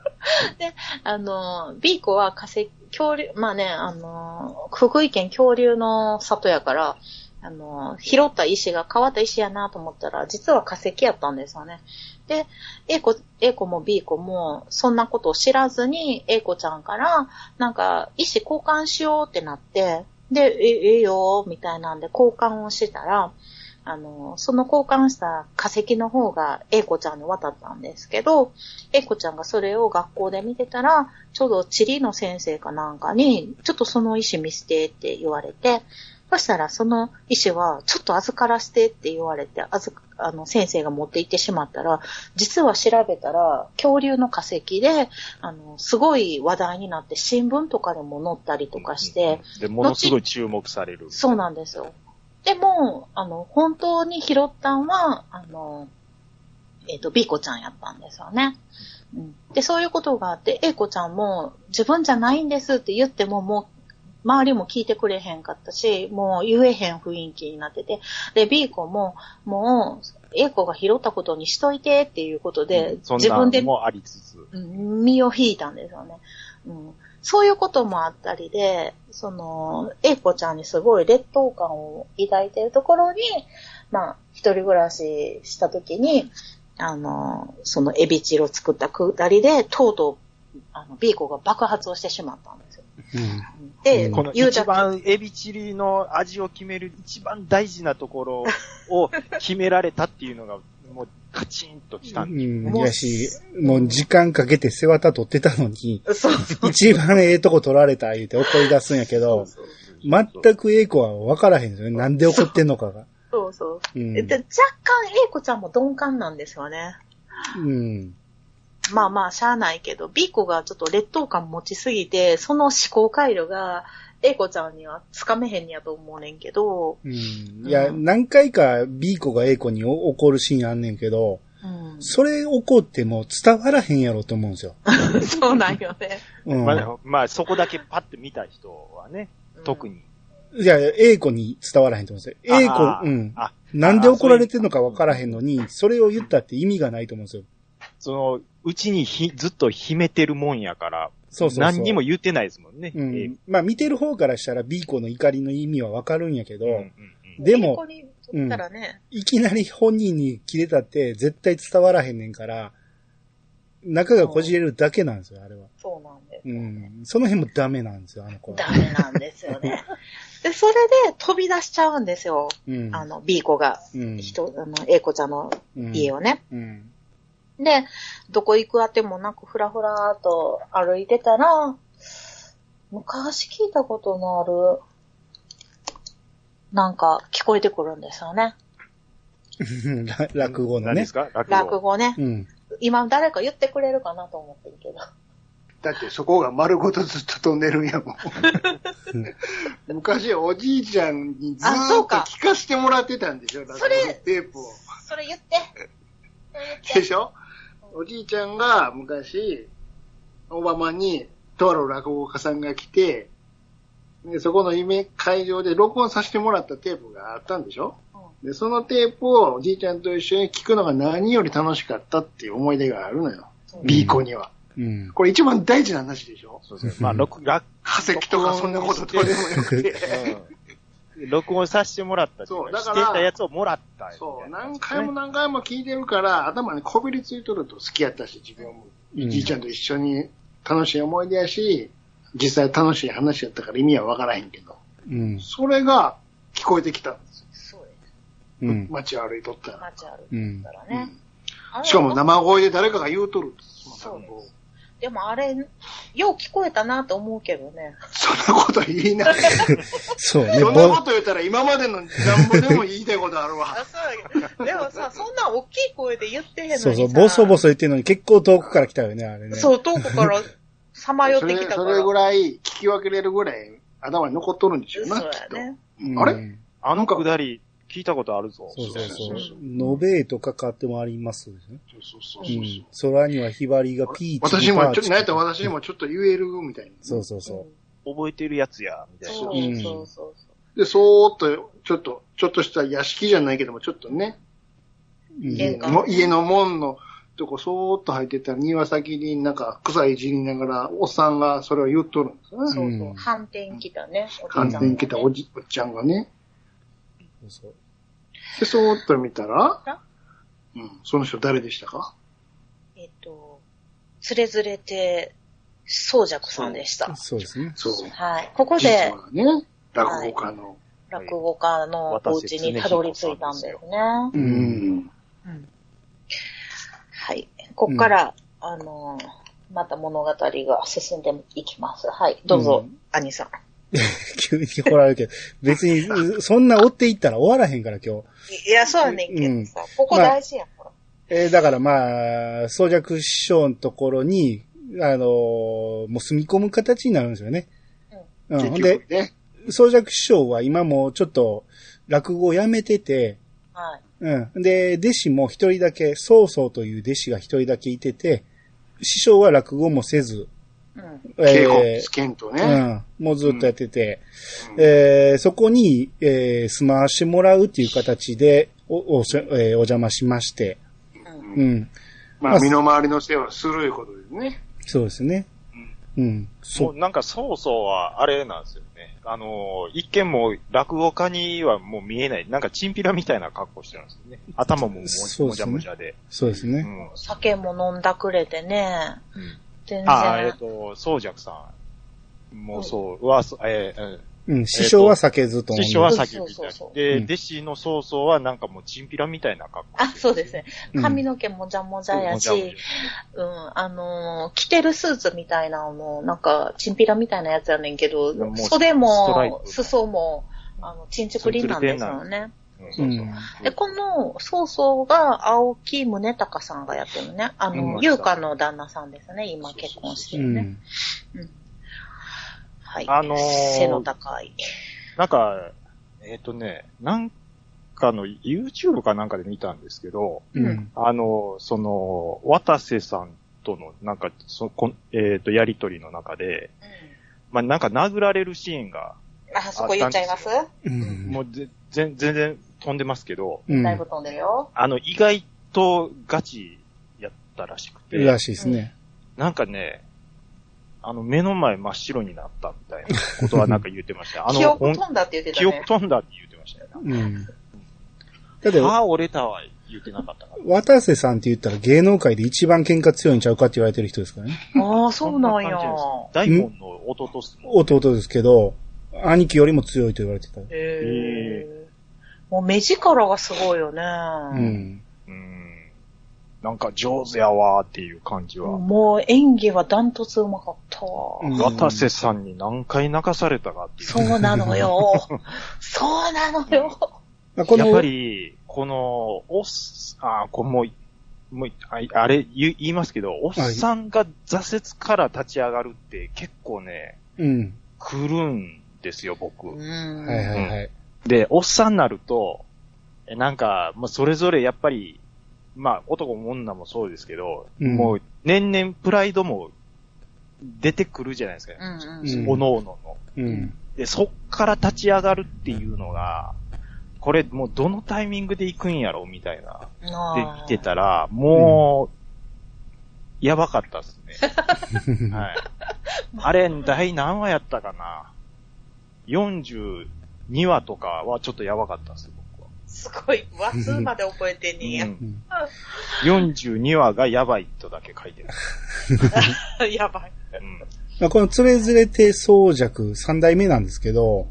Speaker 2: あの、B 子は化石、恐竜、まあね、あの、福井県恐竜の里やから、あの、拾った石が変わった石やなと思ったら、実は化石やったんですよね。で、A 子、A 子も B 子も、そんなことを知らずに、A 子ちゃんから、なんか、石交換しようってなって、で、え、ええよ、みたいなんで交換をしてたら、あの、その交換した化石の方が A 子ちゃんに渡ったんですけど、エコちゃんがそれを学校で見てたら、ちょうど地理の先生かなんかに、ちょっとその石見せてって言われて、そしたらその石は、ちょっと預からしてって言われて、預かあの、先生が持って行ってしまったら、実は調べたら、恐竜の化石で、あの、すごい話題になって、新聞とかでも載ったりとかして、
Speaker 4: で、ものすごい注目される。
Speaker 2: そうなんですよ。でも、あの、本当に拾ったんは、あの、えっ、と、ビーコちゃんやったんですよね。うん、で、そういうことがあって、エイコちゃんも、自分じゃないんですって言っても、もう、周りも聞いてくれへんかったし、もう言えへん雰囲気になってて、で、ビーコも、もう、エイコが拾ったことにしといてっていうことで、
Speaker 4: そん
Speaker 2: 自分
Speaker 4: な
Speaker 2: で
Speaker 4: んもありつつ。
Speaker 2: うん身を引いたんですよね。うん、そういうこともあったりで、その、英子ちゃんにすごい劣等感を抱いてるところに、まあ、一人暮らしした時に、あの、そのエビチルを作ったくだりで、とうとう、あの、B 子が爆発をしてしまったんですよ。で、
Speaker 1: うん
Speaker 4: この
Speaker 2: ゆう
Speaker 4: 一
Speaker 2: たくん
Speaker 4: 番エビチリの味を決める一番大事なところ を決められたっていうのが、もうカチンときた
Speaker 1: うん
Speaker 4: で。
Speaker 1: ん。
Speaker 2: もう
Speaker 1: やし、もう時間かけて背わた取ってたのに、
Speaker 2: そうそう。
Speaker 1: 一番ええとこ取られた言うて怒り出すんやけど、全く英子は分からへんですよね。なんで怒ってんのかが。
Speaker 2: そうそう。
Speaker 1: うん。
Speaker 2: で若干、英子ちゃんも鈍感なんですよね。
Speaker 1: うん。
Speaker 2: まあまあ、しゃあないけど、B 子がちょっと劣等感持ちすぎて、その思考回路が、A 子ちゃんにはつかめへんやと思うねんけど、
Speaker 1: うん。いや、何回か B 子が A 子に怒るシーンあんねんけど、
Speaker 2: うん、
Speaker 1: それ怒っても伝わらへんやろと思うんですよ。
Speaker 2: そうなんよね。
Speaker 1: うん。
Speaker 4: まあ、まあ、そこだけパッて見た人はね、特に。
Speaker 1: いや、A 子に伝わらへんと思うんですよ。A 子
Speaker 4: あ、
Speaker 1: うん。
Speaker 4: あ、
Speaker 1: なんで怒られてるのか分からへんのに、それを言ったって意味がないと思うんですよ。
Speaker 4: その、うちにひずっと秘めてるもんやから、
Speaker 1: そうそうそう。
Speaker 4: 何にも言ってないですもんね。
Speaker 1: う
Speaker 4: えー
Speaker 1: ん。まあ見てる方からしたら B 子の怒りの意味は分かるんやけど、
Speaker 4: うんうんうん
Speaker 1: で
Speaker 2: A 子
Speaker 1: も、
Speaker 2: にとったらね、
Speaker 1: いきなり本人に切れたって絶対伝わらへんねんから、中がこじれるだけなんですよ、あれは。
Speaker 2: そうなんです
Speaker 1: う
Speaker 2: よね、
Speaker 1: ん。その辺もダメなんですよ、あの子は。
Speaker 2: ダメなんですよね。で、それで飛び出しちゃうんですよ。
Speaker 1: うん。
Speaker 2: あの、B 子が、
Speaker 1: うん、
Speaker 2: 人、あの、A 子ちゃんの
Speaker 1: うん、
Speaker 2: 家をね。
Speaker 1: うん。
Speaker 2: で、どこ行くあてもなくふらふらーと歩いてたら、昔聞いたことのある、なんか聞こえてくるんですよね。
Speaker 1: ら落語の
Speaker 4: 何で
Speaker 1: ね
Speaker 4: す。か落語。
Speaker 2: 落語ね。
Speaker 1: うん。
Speaker 2: 今誰か言ってくれるかなと思ってるけど。
Speaker 3: だってそこが丸ごとずっと飛んでるんやもん。昔おじいちゃんにず
Speaker 2: あそう
Speaker 3: ーっと
Speaker 2: か
Speaker 3: 聞かせてもらってたんでしょ、だ
Speaker 2: それ
Speaker 3: テープを。
Speaker 2: それ言って。それ
Speaker 3: で
Speaker 2: 言って。
Speaker 3: しょおじいちゃんが昔、オバマに、とある落語家さんが来て、でそこの夢会場で録音させてもらったテープがあったんでしょで、そのテープをおじいちゃんと一緒に聞くのが何より楽しかったっていう思い出があるのよ。
Speaker 2: そう
Speaker 3: B 子には。
Speaker 1: うん。
Speaker 3: これ一番大事な話でしょ
Speaker 4: そうそうま あ、録、落、
Speaker 3: 化石とかそんなことどうでもよくて。
Speaker 4: うん録音させてもらったってい
Speaker 3: そうう
Speaker 4: か、
Speaker 3: だ
Speaker 4: し
Speaker 3: か
Speaker 4: て
Speaker 3: ら
Speaker 4: たやつをもらったみたい
Speaker 3: そう、
Speaker 4: な
Speaker 3: 何
Speaker 4: 感じですね
Speaker 3: 回も何回も聞いてるから、頭にこびりついとると好きやったし、自分も。
Speaker 1: うん
Speaker 3: じいちゃんと一緒に楽しい思い出やし、実際楽しい話やったから意味はわからへんけど。
Speaker 1: うん。
Speaker 3: それが聞こえてきたんですよ。
Speaker 2: そうです。
Speaker 1: うん。
Speaker 3: 街を歩いとったら。
Speaker 2: 街歩
Speaker 1: う
Speaker 2: い
Speaker 1: ん
Speaker 2: た。ら
Speaker 3: う
Speaker 2: ね。
Speaker 3: ん
Speaker 2: あれ
Speaker 3: しかも生声で誰かが言うとる。その単語を
Speaker 2: でもあれ、よう聞こえたなと思うけどね。
Speaker 3: そんなこと言い ない。
Speaker 1: そうね、
Speaker 3: そんなこ
Speaker 1: ぼ
Speaker 3: と言ったら今までの何ぼでも言いたいことあるわ。
Speaker 2: そうやけどでもさ、そんな大きい声で言ってへんのにさ。
Speaker 1: そうそう、ボソボソ言ってるのに結構遠くから来たよね、あれね。
Speaker 2: そう、遠くからさまよっ
Speaker 3: そ
Speaker 2: て
Speaker 3: れ
Speaker 2: きたか
Speaker 3: そ
Speaker 2: ら。
Speaker 3: れぐらい聞き分けれるぐらい頭に残っとるんでしょうな、き
Speaker 2: そ
Speaker 3: っ
Speaker 2: う
Speaker 3: と
Speaker 2: や。ね。
Speaker 1: うん。
Speaker 3: あれ
Speaker 4: あのくだり、聞いたことあるぞ。
Speaker 1: そうそうそう。
Speaker 2: そう
Speaker 1: 延べとか買ってもありますですね。
Speaker 3: そうそうそううそう。
Speaker 1: ん。空にはひばりがピーチ。
Speaker 3: 私
Speaker 1: パ
Speaker 3: も、
Speaker 1: ー
Speaker 3: ち
Speaker 1: チ
Speaker 3: ょっと、なんやったら私もちょっと言えるみたいな。
Speaker 1: そうそうそ
Speaker 4: 覚えてるやつや、みたいな。
Speaker 2: そう
Speaker 1: うん
Speaker 2: そうそうそう。
Speaker 3: で、そーっと、ちょっと、ちょっとした屋敷じゃないけども、ちょっとね、
Speaker 1: う。うん
Speaker 2: 玄関
Speaker 3: も家の門のとこ、そーっと入ってったら庭先になんか草いじりながら、おっさんがそれを言っとるんですよね。
Speaker 2: そうそう
Speaker 1: うん
Speaker 2: 反転来たね。おじいちゃん
Speaker 3: 完
Speaker 2: が
Speaker 3: 全に来たおじ、おっちゃんがね。
Speaker 1: そう
Speaker 3: で、そーっと見たら
Speaker 2: あ、
Speaker 3: うん、その人誰でしたか
Speaker 2: えっと、連れ連れて、宗尺さんでした。
Speaker 1: そうですね。
Speaker 3: そう。
Speaker 2: はい。ここ
Speaker 3: 実
Speaker 2: で
Speaker 3: はね、落語家の。
Speaker 2: 落語家のお家にたどり着いたんですね。
Speaker 1: い
Speaker 3: うん。
Speaker 2: はい。ここから、あのー、また物語が進んでいきます。はい。どうぞ、
Speaker 1: うん
Speaker 2: 兄さん。
Speaker 1: 急に来られるけど、別に、うそんな追っていったら終わらへんから、今日。
Speaker 2: いや、そうやねんけどさ、ここ大事やん、ほら。
Speaker 1: えーだからまあ、総弱師匠のところに、あのーもう住み込む形になるんですよね。うん。
Speaker 3: 結
Speaker 1: ほんで
Speaker 3: 局、ね。
Speaker 1: 総弱師匠は今もうちょっと落語をやめてて、
Speaker 2: はい。
Speaker 1: うん。で、弟子も一人だけ、曹操という弟子が一人だけいてて、師匠は落語もせず、
Speaker 2: うん。
Speaker 3: 稽
Speaker 1: え
Speaker 3: 古、
Speaker 1: ー
Speaker 3: 試験と
Speaker 1: う
Speaker 3: ね。
Speaker 1: ん。もうずっとやってて、
Speaker 3: うん
Speaker 1: えーそこに、えー住まわしてもらうっていう形で、お、おし、えーお邪魔しまして、
Speaker 2: うん。
Speaker 1: うん。
Speaker 3: まあ、身の回りの世話をするいうことですね。
Speaker 1: そうですね。うん。そ
Speaker 4: も
Speaker 1: う
Speaker 4: う。なんかそうそうはあれなんですよね。あのー、一見もう落語家にはもう見えない、なんかチンピラみたいな格好してるんですよね。頭もも
Speaker 1: そう
Speaker 4: も
Speaker 1: です
Speaker 4: じゃ
Speaker 1: ね
Speaker 4: もじゃで。
Speaker 1: そうです
Speaker 4: う
Speaker 1: ね。
Speaker 4: ん。うん
Speaker 2: 酒も飲んだくれてね。全然。
Speaker 4: あー、えっ、と、宗尺さんもそう、は、そえーうん
Speaker 1: うん。師匠は酒ずっと飲んでる
Speaker 4: 師匠は先を見た
Speaker 2: そうそう
Speaker 4: り
Speaker 2: そうそう。
Speaker 4: で、
Speaker 1: うん
Speaker 4: 弟子の曹操はなんかもうチンピラみたいな格好。
Speaker 2: あ、そうですね。
Speaker 1: うん
Speaker 2: 髪の毛もじゃもじゃや
Speaker 4: もじゃも
Speaker 2: し、うん、あのー着てるスーツみたいなのも、なんか、チンピラみたいなやつやねんけど
Speaker 4: もう、
Speaker 2: 袖
Speaker 4: ストライ
Speaker 2: も、
Speaker 4: プ
Speaker 2: 裾も、あの、チンチクリなんですよね。
Speaker 4: うん
Speaker 1: う。
Speaker 4: そうそうん
Speaker 2: で、この、曹操が青木宗隆さんがやってるのね。あ
Speaker 4: う
Speaker 2: の、
Speaker 4: ん
Speaker 2: 優香の旦那さんですね。今結婚して
Speaker 1: う
Speaker 2: るね。
Speaker 1: ん。
Speaker 2: はい。
Speaker 4: あのー
Speaker 2: 背の高い。
Speaker 4: なんか、えっ、とね、なんかの YouTube かなんかで見たんですけど、
Speaker 1: うん。
Speaker 4: あの、その、渡瀬さんとの、なんか、そこんえっ、と、やりとりの中で、まあ、なんか殴られるシーンが、
Speaker 2: あ、そこ言っちゃいます
Speaker 4: あ
Speaker 1: うん。
Speaker 4: もうぜ全全然飛んでますけど、
Speaker 1: うん
Speaker 2: だいぶ飛んでるよ。
Speaker 4: あの、意外とガチやったらしくて、
Speaker 1: らしいですね。
Speaker 4: なんかね、あの、目の前真っ白になったみたいなことはなんか言って ました。あの、
Speaker 2: 記憶
Speaker 4: ほん
Speaker 2: 飛んだって言ってた
Speaker 4: 記憶
Speaker 2: ね。
Speaker 4: 飛んだって言ってましたよ、ね。
Speaker 1: うん。だって、
Speaker 4: 歯折れたわ、言ってなかったから。
Speaker 1: 渡瀬さんって言ったら芸能界で一番喧嘩強いんちゃうかって言われてる人ですからね。
Speaker 2: ああ、そうなんや。
Speaker 4: 大門の弟っすもん。
Speaker 1: 弟ですけど、兄貴よりも強いと言われてた。
Speaker 2: へえ。もう目力がすごいよね。
Speaker 1: うん。
Speaker 4: うん。なんか上手やわーっていう感じは。
Speaker 2: もう演技はダントツうまかったわ。
Speaker 1: うん
Speaker 4: 渡瀬さんに何回泣かされたかっていう。
Speaker 2: そうなの よ。そうなのよ。
Speaker 1: まあこ
Speaker 4: やっぱ
Speaker 1: の、
Speaker 4: り、この、おっす、あー、これもう、もう、ああれ言う言いますけど、おっさんが挫折から立ち上がるって結構ね、
Speaker 1: うん。
Speaker 4: 来るんですよ、僕。
Speaker 2: うん
Speaker 1: はいはいはい。
Speaker 4: で、おっさんになると、えなんか、まあ、それぞれやっぱり、まあ、男も女もそうですけど、
Speaker 1: うん
Speaker 4: もう、年々プライドも出てくるじゃないですか。
Speaker 2: うん
Speaker 1: うん
Speaker 4: おのおのの。
Speaker 1: うん。
Speaker 4: で、そっから立ち上がるっていうのが、これもうどのタイミングで行くんやろみたいな。
Speaker 2: うん。
Speaker 4: で
Speaker 2: なあ、
Speaker 4: 来てたら、もう、やばかったです ね。はい。あれ、第何話やったかな ?42 話とかはちょっとやばかったです、僕は。
Speaker 2: すごい、話数まで覚えてんねや。
Speaker 1: ん
Speaker 4: うん、42話がやばいとだけ書いて る。
Speaker 2: やばい。
Speaker 4: うん
Speaker 1: まあこのつれづれて宗尺三代目なんですけど、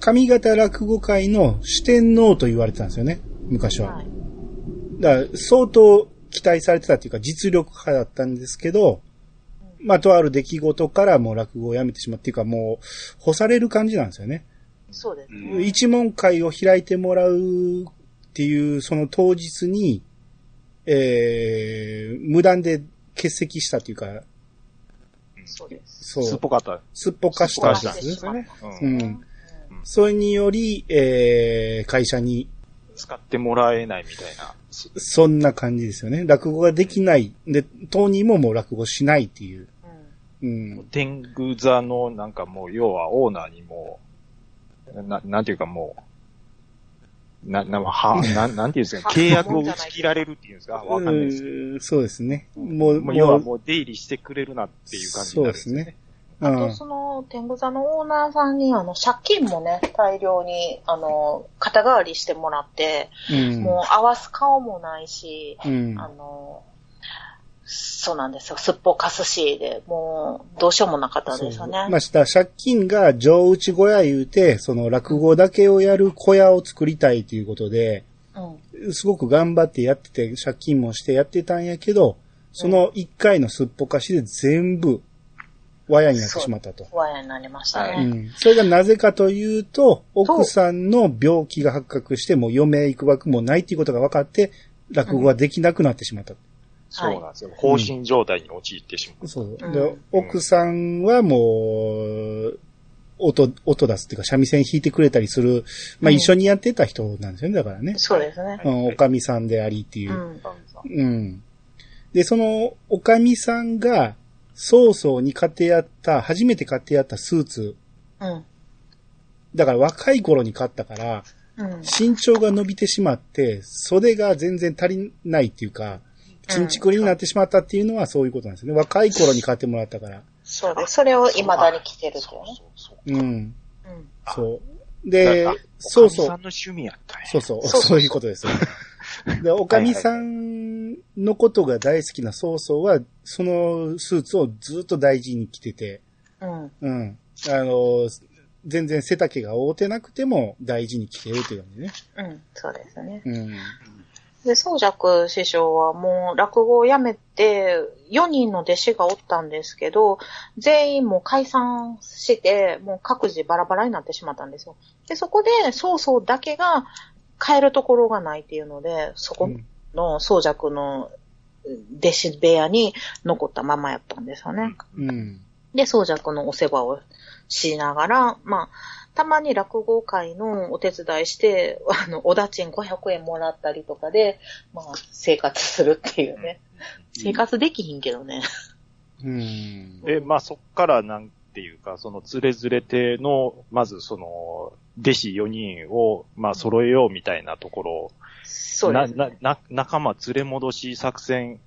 Speaker 1: 上方落語界の四天王と言われてたんですよね、昔は。
Speaker 2: はい
Speaker 1: だから相当期待されてたっていうか実力派だったんですけど、まあとある出来事からもう落語をやめてしまうっていうかもう干される感じなんですよね。
Speaker 2: そうですね。
Speaker 1: 一問会を開いてもらうっていうその当日に、えー、無断で欠席したっていうか、
Speaker 2: そうです。
Speaker 1: そう、
Speaker 4: すっぽかった。
Speaker 1: すっぽかしたんです
Speaker 4: すっぽか
Speaker 1: よ
Speaker 4: し
Speaker 1: ね
Speaker 4: た。
Speaker 1: う
Speaker 4: うん。
Speaker 1: ん。それにより、えー、会社に、
Speaker 4: 使ってもらえないみたいな。
Speaker 1: そんな感じですよね。落語ができない。で、当人ももう落語しないっていう。
Speaker 2: うん
Speaker 1: うん。
Speaker 4: 天狗座のなんかもう、要はオーナーにもう、な、なんていうかもう、な、な、 は、ななんていうんですか、
Speaker 2: は
Speaker 4: 契約を打ち切られるっていうんですか、わかんないですけ
Speaker 1: うーんそうですね。もう、
Speaker 4: ど。もう要はもう出入りしてくれるなっていう感じになるんですね。
Speaker 1: う
Speaker 2: あと、
Speaker 1: ん
Speaker 2: その、天狗座のオーナーさんに、あの、借金もね、大量に、あの、肩代わりしてもらって、
Speaker 1: うん。
Speaker 2: もう合わす顔もないし、
Speaker 1: うん。
Speaker 2: あの、そうなんですよ。すっぽかすしで、もう、どうしようもなかったんですよね。
Speaker 1: まあ、した、借金が上打ち小屋言うて、その落語だけをやる小屋を作りたいということで、
Speaker 2: うん。
Speaker 1: すごく頑張ってやってて、借金もしてやってたんやけど、その一回のすっぽかしで全部、和屋になってしまったと。
Speaker 2: 不安になりました
Speaker 4: は
Speaker 1: う
Speaker 2: ね。
Speaker 1: ん。それがなぜかというと、奥さんの病気が発覚して、もう余命いくばくもないっていうことが分かって、落語ができなくなってしまった。
Speaker 4: そうなんですよ。放心状態に陥ってしまう。
Speaker 1: そう。
Speaker 2: うん
Speaker 1: で、奥さんはもう、音、音出すっていうか、三味線弾いてくれたりする、まあ、
Speaker 2: うん
Speaker 1: 一緒にやってた人なんですよね、だからね。
Speaker 2: そうですね。
Speaker 1: うん、おかみさんでありっていうう。
Speaker 2: ん。
Speaker 1: うん。で、その、おかみさんが、早々に買ってやった、初めて買ってやったスーツ、
Speaker 2: うん。
Speaker 1: だから若い頃に買ったから、
Speaker 2: うん。
Speaker 1: 身長が伸びてしまって、袖が全然足りないっていうか、チンチクリになってしまったっていうのはそういうことなんですよね。若い頃に買ってもらったから。
Speaker 2: そうです。それを未だに着てるってい
Speaker 4: そうう
Speaker 2: ね。
Speaker 4: そうそう。
Speaker 1: うん。
Speaker 2: うん。
Speaker 1: そう。で、そうそう
Speaker 4: さん。の趣味やったんや。
Speaker 1: そうそう、
Speaker 2: そうそう
Speaker 1: そういうことですよ。で、おかみさんのことが大好きな曹操は、そのスーツをずっと大事に着てて、
Speaker 2: うん。
Speaker 1: うん。あの、全然背丈が覆ってなくても大事に着てるっていう感じね。
Speaker 2: うん。そうですね。
Speaker 1: うん。
Speaker 2: で、宗尺師匠はもう落語をやめて、4人の弟子がおったんですけど、全員もう解散して、もう各自バラバラになってしまったんですよ。で、そこで曹操だけが変えるところがないっていうので、そこ
Speaker 1: うん
Speaker 2: の宗尺の弟子部屋に残ったままやったんですよね。
Speaker 1: うん。
Speaker 2: で、宗尺のお世話をしながら、まあ、たまに落語会のお手伝いして、あの、おだちん500円もらったりとかで、まあ、生活するっていうね。生活できひんけどね。
Speaker 1: うん。
Speaker 4: で、まあそっからなんていうか、そのつれづれての、まずその、弟子4人を、まあ揃えようみたいなところ、
Speaker 2: そうで
Speaker 4: な、
Speaker 2: す、
Speaker 4: な
Speaker 2: ね。、
Speaker 4: な、仲間連れ戻し作戦、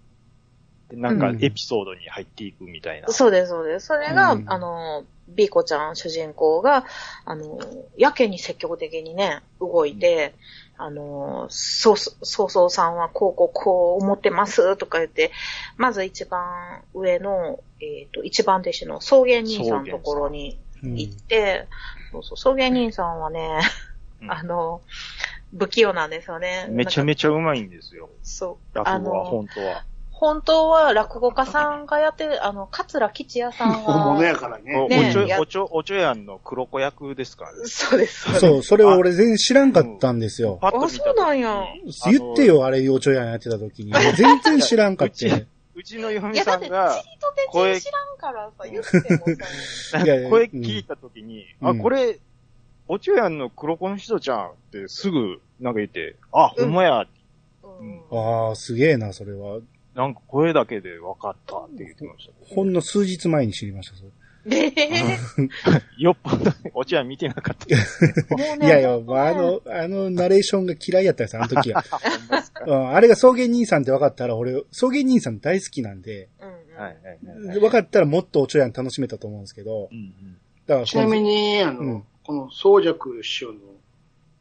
Speaker 4: なんか
Speaker 1: うん
Speaker 4: エピソードに入っていくみたいな。
Speaker 2: そうです、そうです。それが、
Speaker 1: うん
Speaker 2: あの、ビーコちゃん主人公が、あの、やけに積極的にね、動いて、あの、そうそう、そうそうさんはこうこうこう思ってますとか言って、まず一番上の、えっ、と、一番弟子の草原兄さんのところに
Speaker 1: うん
Speaker 2: 行って、そうそう、草原兄さんはね、
Speaker 4: うん
Speaker 2: あの、不器用なんですよね。
Speaker 4: めちゃ
Speaker 2: ちゃ。
Speaker 4: めちゃうまいんですよ。
Speaker 2: そう。あ
Speaker 4: 落語は、
Speaker 2: の、
Speaker 4: 本当は。
Speaker 2: 本当は落語家さんがやってる、あの、桂吉也さん
Speaker 3: 本 物
Speaker 2: は、
Speaker 3: やから
Speaker 4: お
Speaker 3: ね。
Speaker 2: ねえ
Speaker 4: おちょ
Speaker 2: や、
Speaker 4: おちょ、おちょやんの黒子役ですからね。
Speaker 2: そうです。
Speaker 1: そう、それを俺全然知らんかったんですよ。
Speaker 4: パッと見た時に
Speaker 2: あそうなんや
Speaker 1: 言って。よ、あれ、幼鳥やんやってた時に。全然知らんかった。
Speaker 4: いや
Speaker 1: いう
Speaker 4: ちの嫁
Speaker 2: いや、だ
Speaker 4: さ
Speaker 2: って、
Speaker 4: ん
Speaker 2: チー
Speaker 4: が、
Speaker 2: ト
Speaker 4: 声
Speaker 2: て知らんからさ、言ってもさ、
Speaker 1: いやいや
Speaker 4: 声聞いたときに、
Speaker 1: うん
Speaker 4: あ、これ、おちょやんの黒子の人じゃんってすぐ、なんか言って、あ、ほんまや、
Speaker 2: うん
Speaker 1: ああ、すげえな、それは。
Speaker 4: なんか声だけで分かったって言ってました。
Speaker 1: ほんの数日前に知りました、それ。
Speaker 2: で、
Speaker 4: よっぽど、おちょやん見てなかったです。
Speaker 2: もう
Speaker 1: いやいや、
Speaker 2: 本当
Speaker 1: まあ、あ
Speaker 2: ね
Speaker 1: の、あの、ナレーションが嫌いやったんです、あの時は。うん、あれが草原兄さんって分かったら、俺、草原兄さん大好きなんで、
Speaker 2: うんうん
Speaker 4: はいはいはいはい。
Speaker 1: 分かったらもっとおちょやん楽しめたと思うんですけど
Speaker 4: う、んうん
Speaker 1: だから
Speaker 3: ちなみ
Speaker 1: に、
Speaker 3: に、あ
Speaker 1: うん
Speaker 3: の、この宗尺師匠の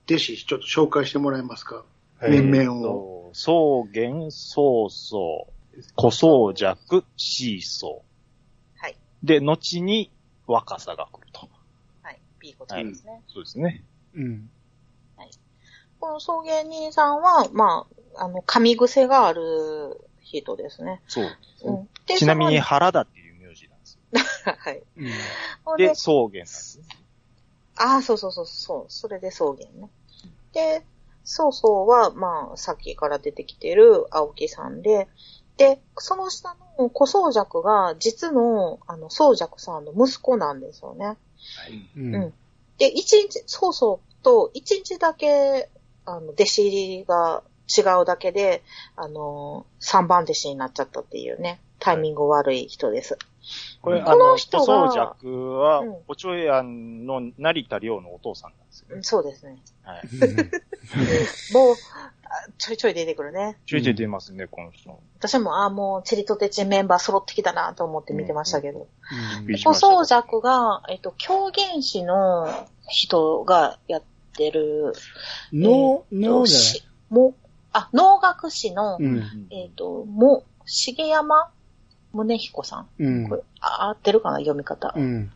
Speaker 3: 弟子、ちょっと紹介してもらえますか面々を。
Speaker 4: を。草原、曹操、小僧弱、シーソー。
Speaker 2: はい。
Speaker 4: で、後に若さが来ると。
Speaker 2: はい、いいことですね。
Speaker 4: そうですね。
Speaker 1: うん。
Speaker 2: この草原人さんは、まあ、あの、噛み癖がある人ですね。
Speaker 4: そう。
Speaker 2: うん。で
Speaker 4: ちなみに、
Speaker 2: そ
Speaker 4: 原田っていう名字なんです
Speaker 2: のはい。
Speaker 1: うん
Speaker 2: ほん
Speaker 4: よ。
Speaker 2: で
Speaker 4: で、、草原なんですね。
Speaker 2: ああ、そうそうそう、そう、それで草原ね。で、曹操は、まあ、さっきから出てきてる青木さんで、で、その下の小宗尺が、実の、あの、宗尺さんの息子なんですよね。
Speaker 1: うん。
Speaker 2: うんで、一日、曹操と一日だけ、あの、弟子入りが違うだけで、あの、三番弟子になっちゃったっていうね、タイミング悪い人です。
Speaker 4: これ、
Speaker 1: うん
Speaker 4: あ
Speaker 2: こ
Speaker 4: の、
Speaker 2: の人
Speaker 4: 人
Speaker 2: が
Speaker 4: 相弱は
Speaker 2: うん、
Speaker 4: おちょやんの成田凌のお父さんなんですよ
Speaker 2: う
Speaker 4: ね
Speaker 2: ん。そうですね。
Speaker 4: はい。
Speaker 2: もう、あちょいちょい出てくるね。
Speaker 4: ちょいちょい出ますね、この人。
Speaker 2: 私も、ああ、もう、チリとテチメンバー揃ってきたなと思って見てましたけど。
Speaker 1: うん
Speaker 4: びっくりし
Speaker 2: 小
Speaker 4: ました
Speaker 2: 宗尺が、えっと、狂言師の人がやってる、
Speaker 1: 脳、脳じ
Speaker 2: しも、あ、能楽師の、
Speaker 1: ゃない。うん。
Speaker 2: えっ、と、も、重山宗彦さん。
Speaker 1: うん
Speaker 2: こ。れ、あ合ってるかな読み方、
Speaker 1: うん。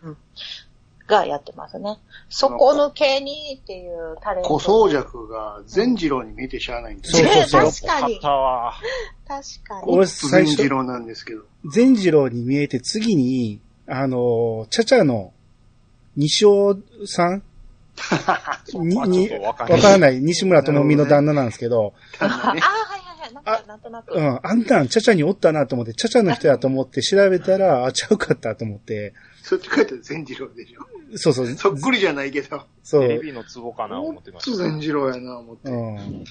Speaker 2: がやってますね。そこ抜けにっていうタレン
Speaker 3: 小
Speaker 2: ト。
Speaker 3: 宗尺が善次郎に見えてしゃあないんです
Speaker 1: そう
Speaker 3: よ。
Speaker 1: そうそう。
Speaker 2: 確かに
Speaker 4: よかったわ。
Speaker 2: 確かに。
Speaker 1: 俺
Speaker 3: 善
Speaker 1: 最
Speaker 3: 次
Speaker 1: 初、
Speaker 3: 郎なんですけど。
Speaker 1: 善次郎に見えて次に、あの、チャチャの西尾さんに、
Speaker 4: まあ
Speaker 1: に
Speaker 4: ちょっと
Speaker 1: わ
Speaker 4: わ
Speaker 1: か
Speaker 4: かんない
Speaker 1: らない西村智美の旦那なんですけど、
Speaker 2: ああ、 はいはいはい。なんか、なんとなく。
Speaker 1: うん、あんなん、チャチャにおったなと思って、チャチャの人やと思って調べたら、あ、ちゃうかったと思って、
Speaker 3: そっち書いたら善次郎でしょ。
Speaker 1: そうそう、
Speaker 3: そっくりじゃないけど。
Speaker 1: そう。
Speaker 4: テレビのツボかな思ってま
Speaker 3: つ
Speaker 4: した。
Speaker 3: 善次郎やな、思って。
Speaker 1: うん。
Speaker 2: で、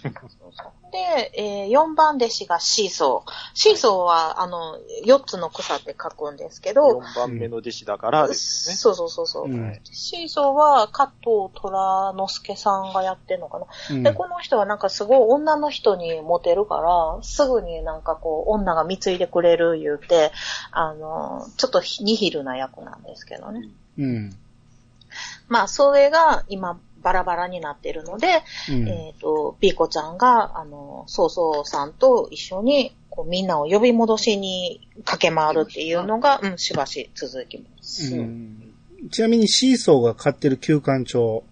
Speaker 2: えー4番弟子がシーソー。シーソーは、あの、4つの草って書くんですけど、
Speaker 4: 4番目の弟子だからですね。
Speaker 2: そうそうそうそう。
Speaker 1: うん
Speaker 4: はい
Speaker 2: シーソーは加藤虎之助さんがやってるのかな。
Speaker 1: うん
Speaker 2: で、この人はなんかすごい女の人にモテるから、すぐになんかこう、女が貢いでくれる言うて、あの、ちょっとニヒルな役なんですけどね。
Speaker 1: うん。
Speaker 2: まあ、それが今、バラバラになってるので、
Speaker 1: うん
Speaker 2: えっ、と、ピーコちゃんが、あの、そうそうさんと一緒に、こう、みんなを呼び戻しに駆け回るっていうのが、うん、しばし続きます。
Speaker 1: う
Speaker 2: うん。
Speaker 1: んちなみにシーソーが飼ってる旧館長、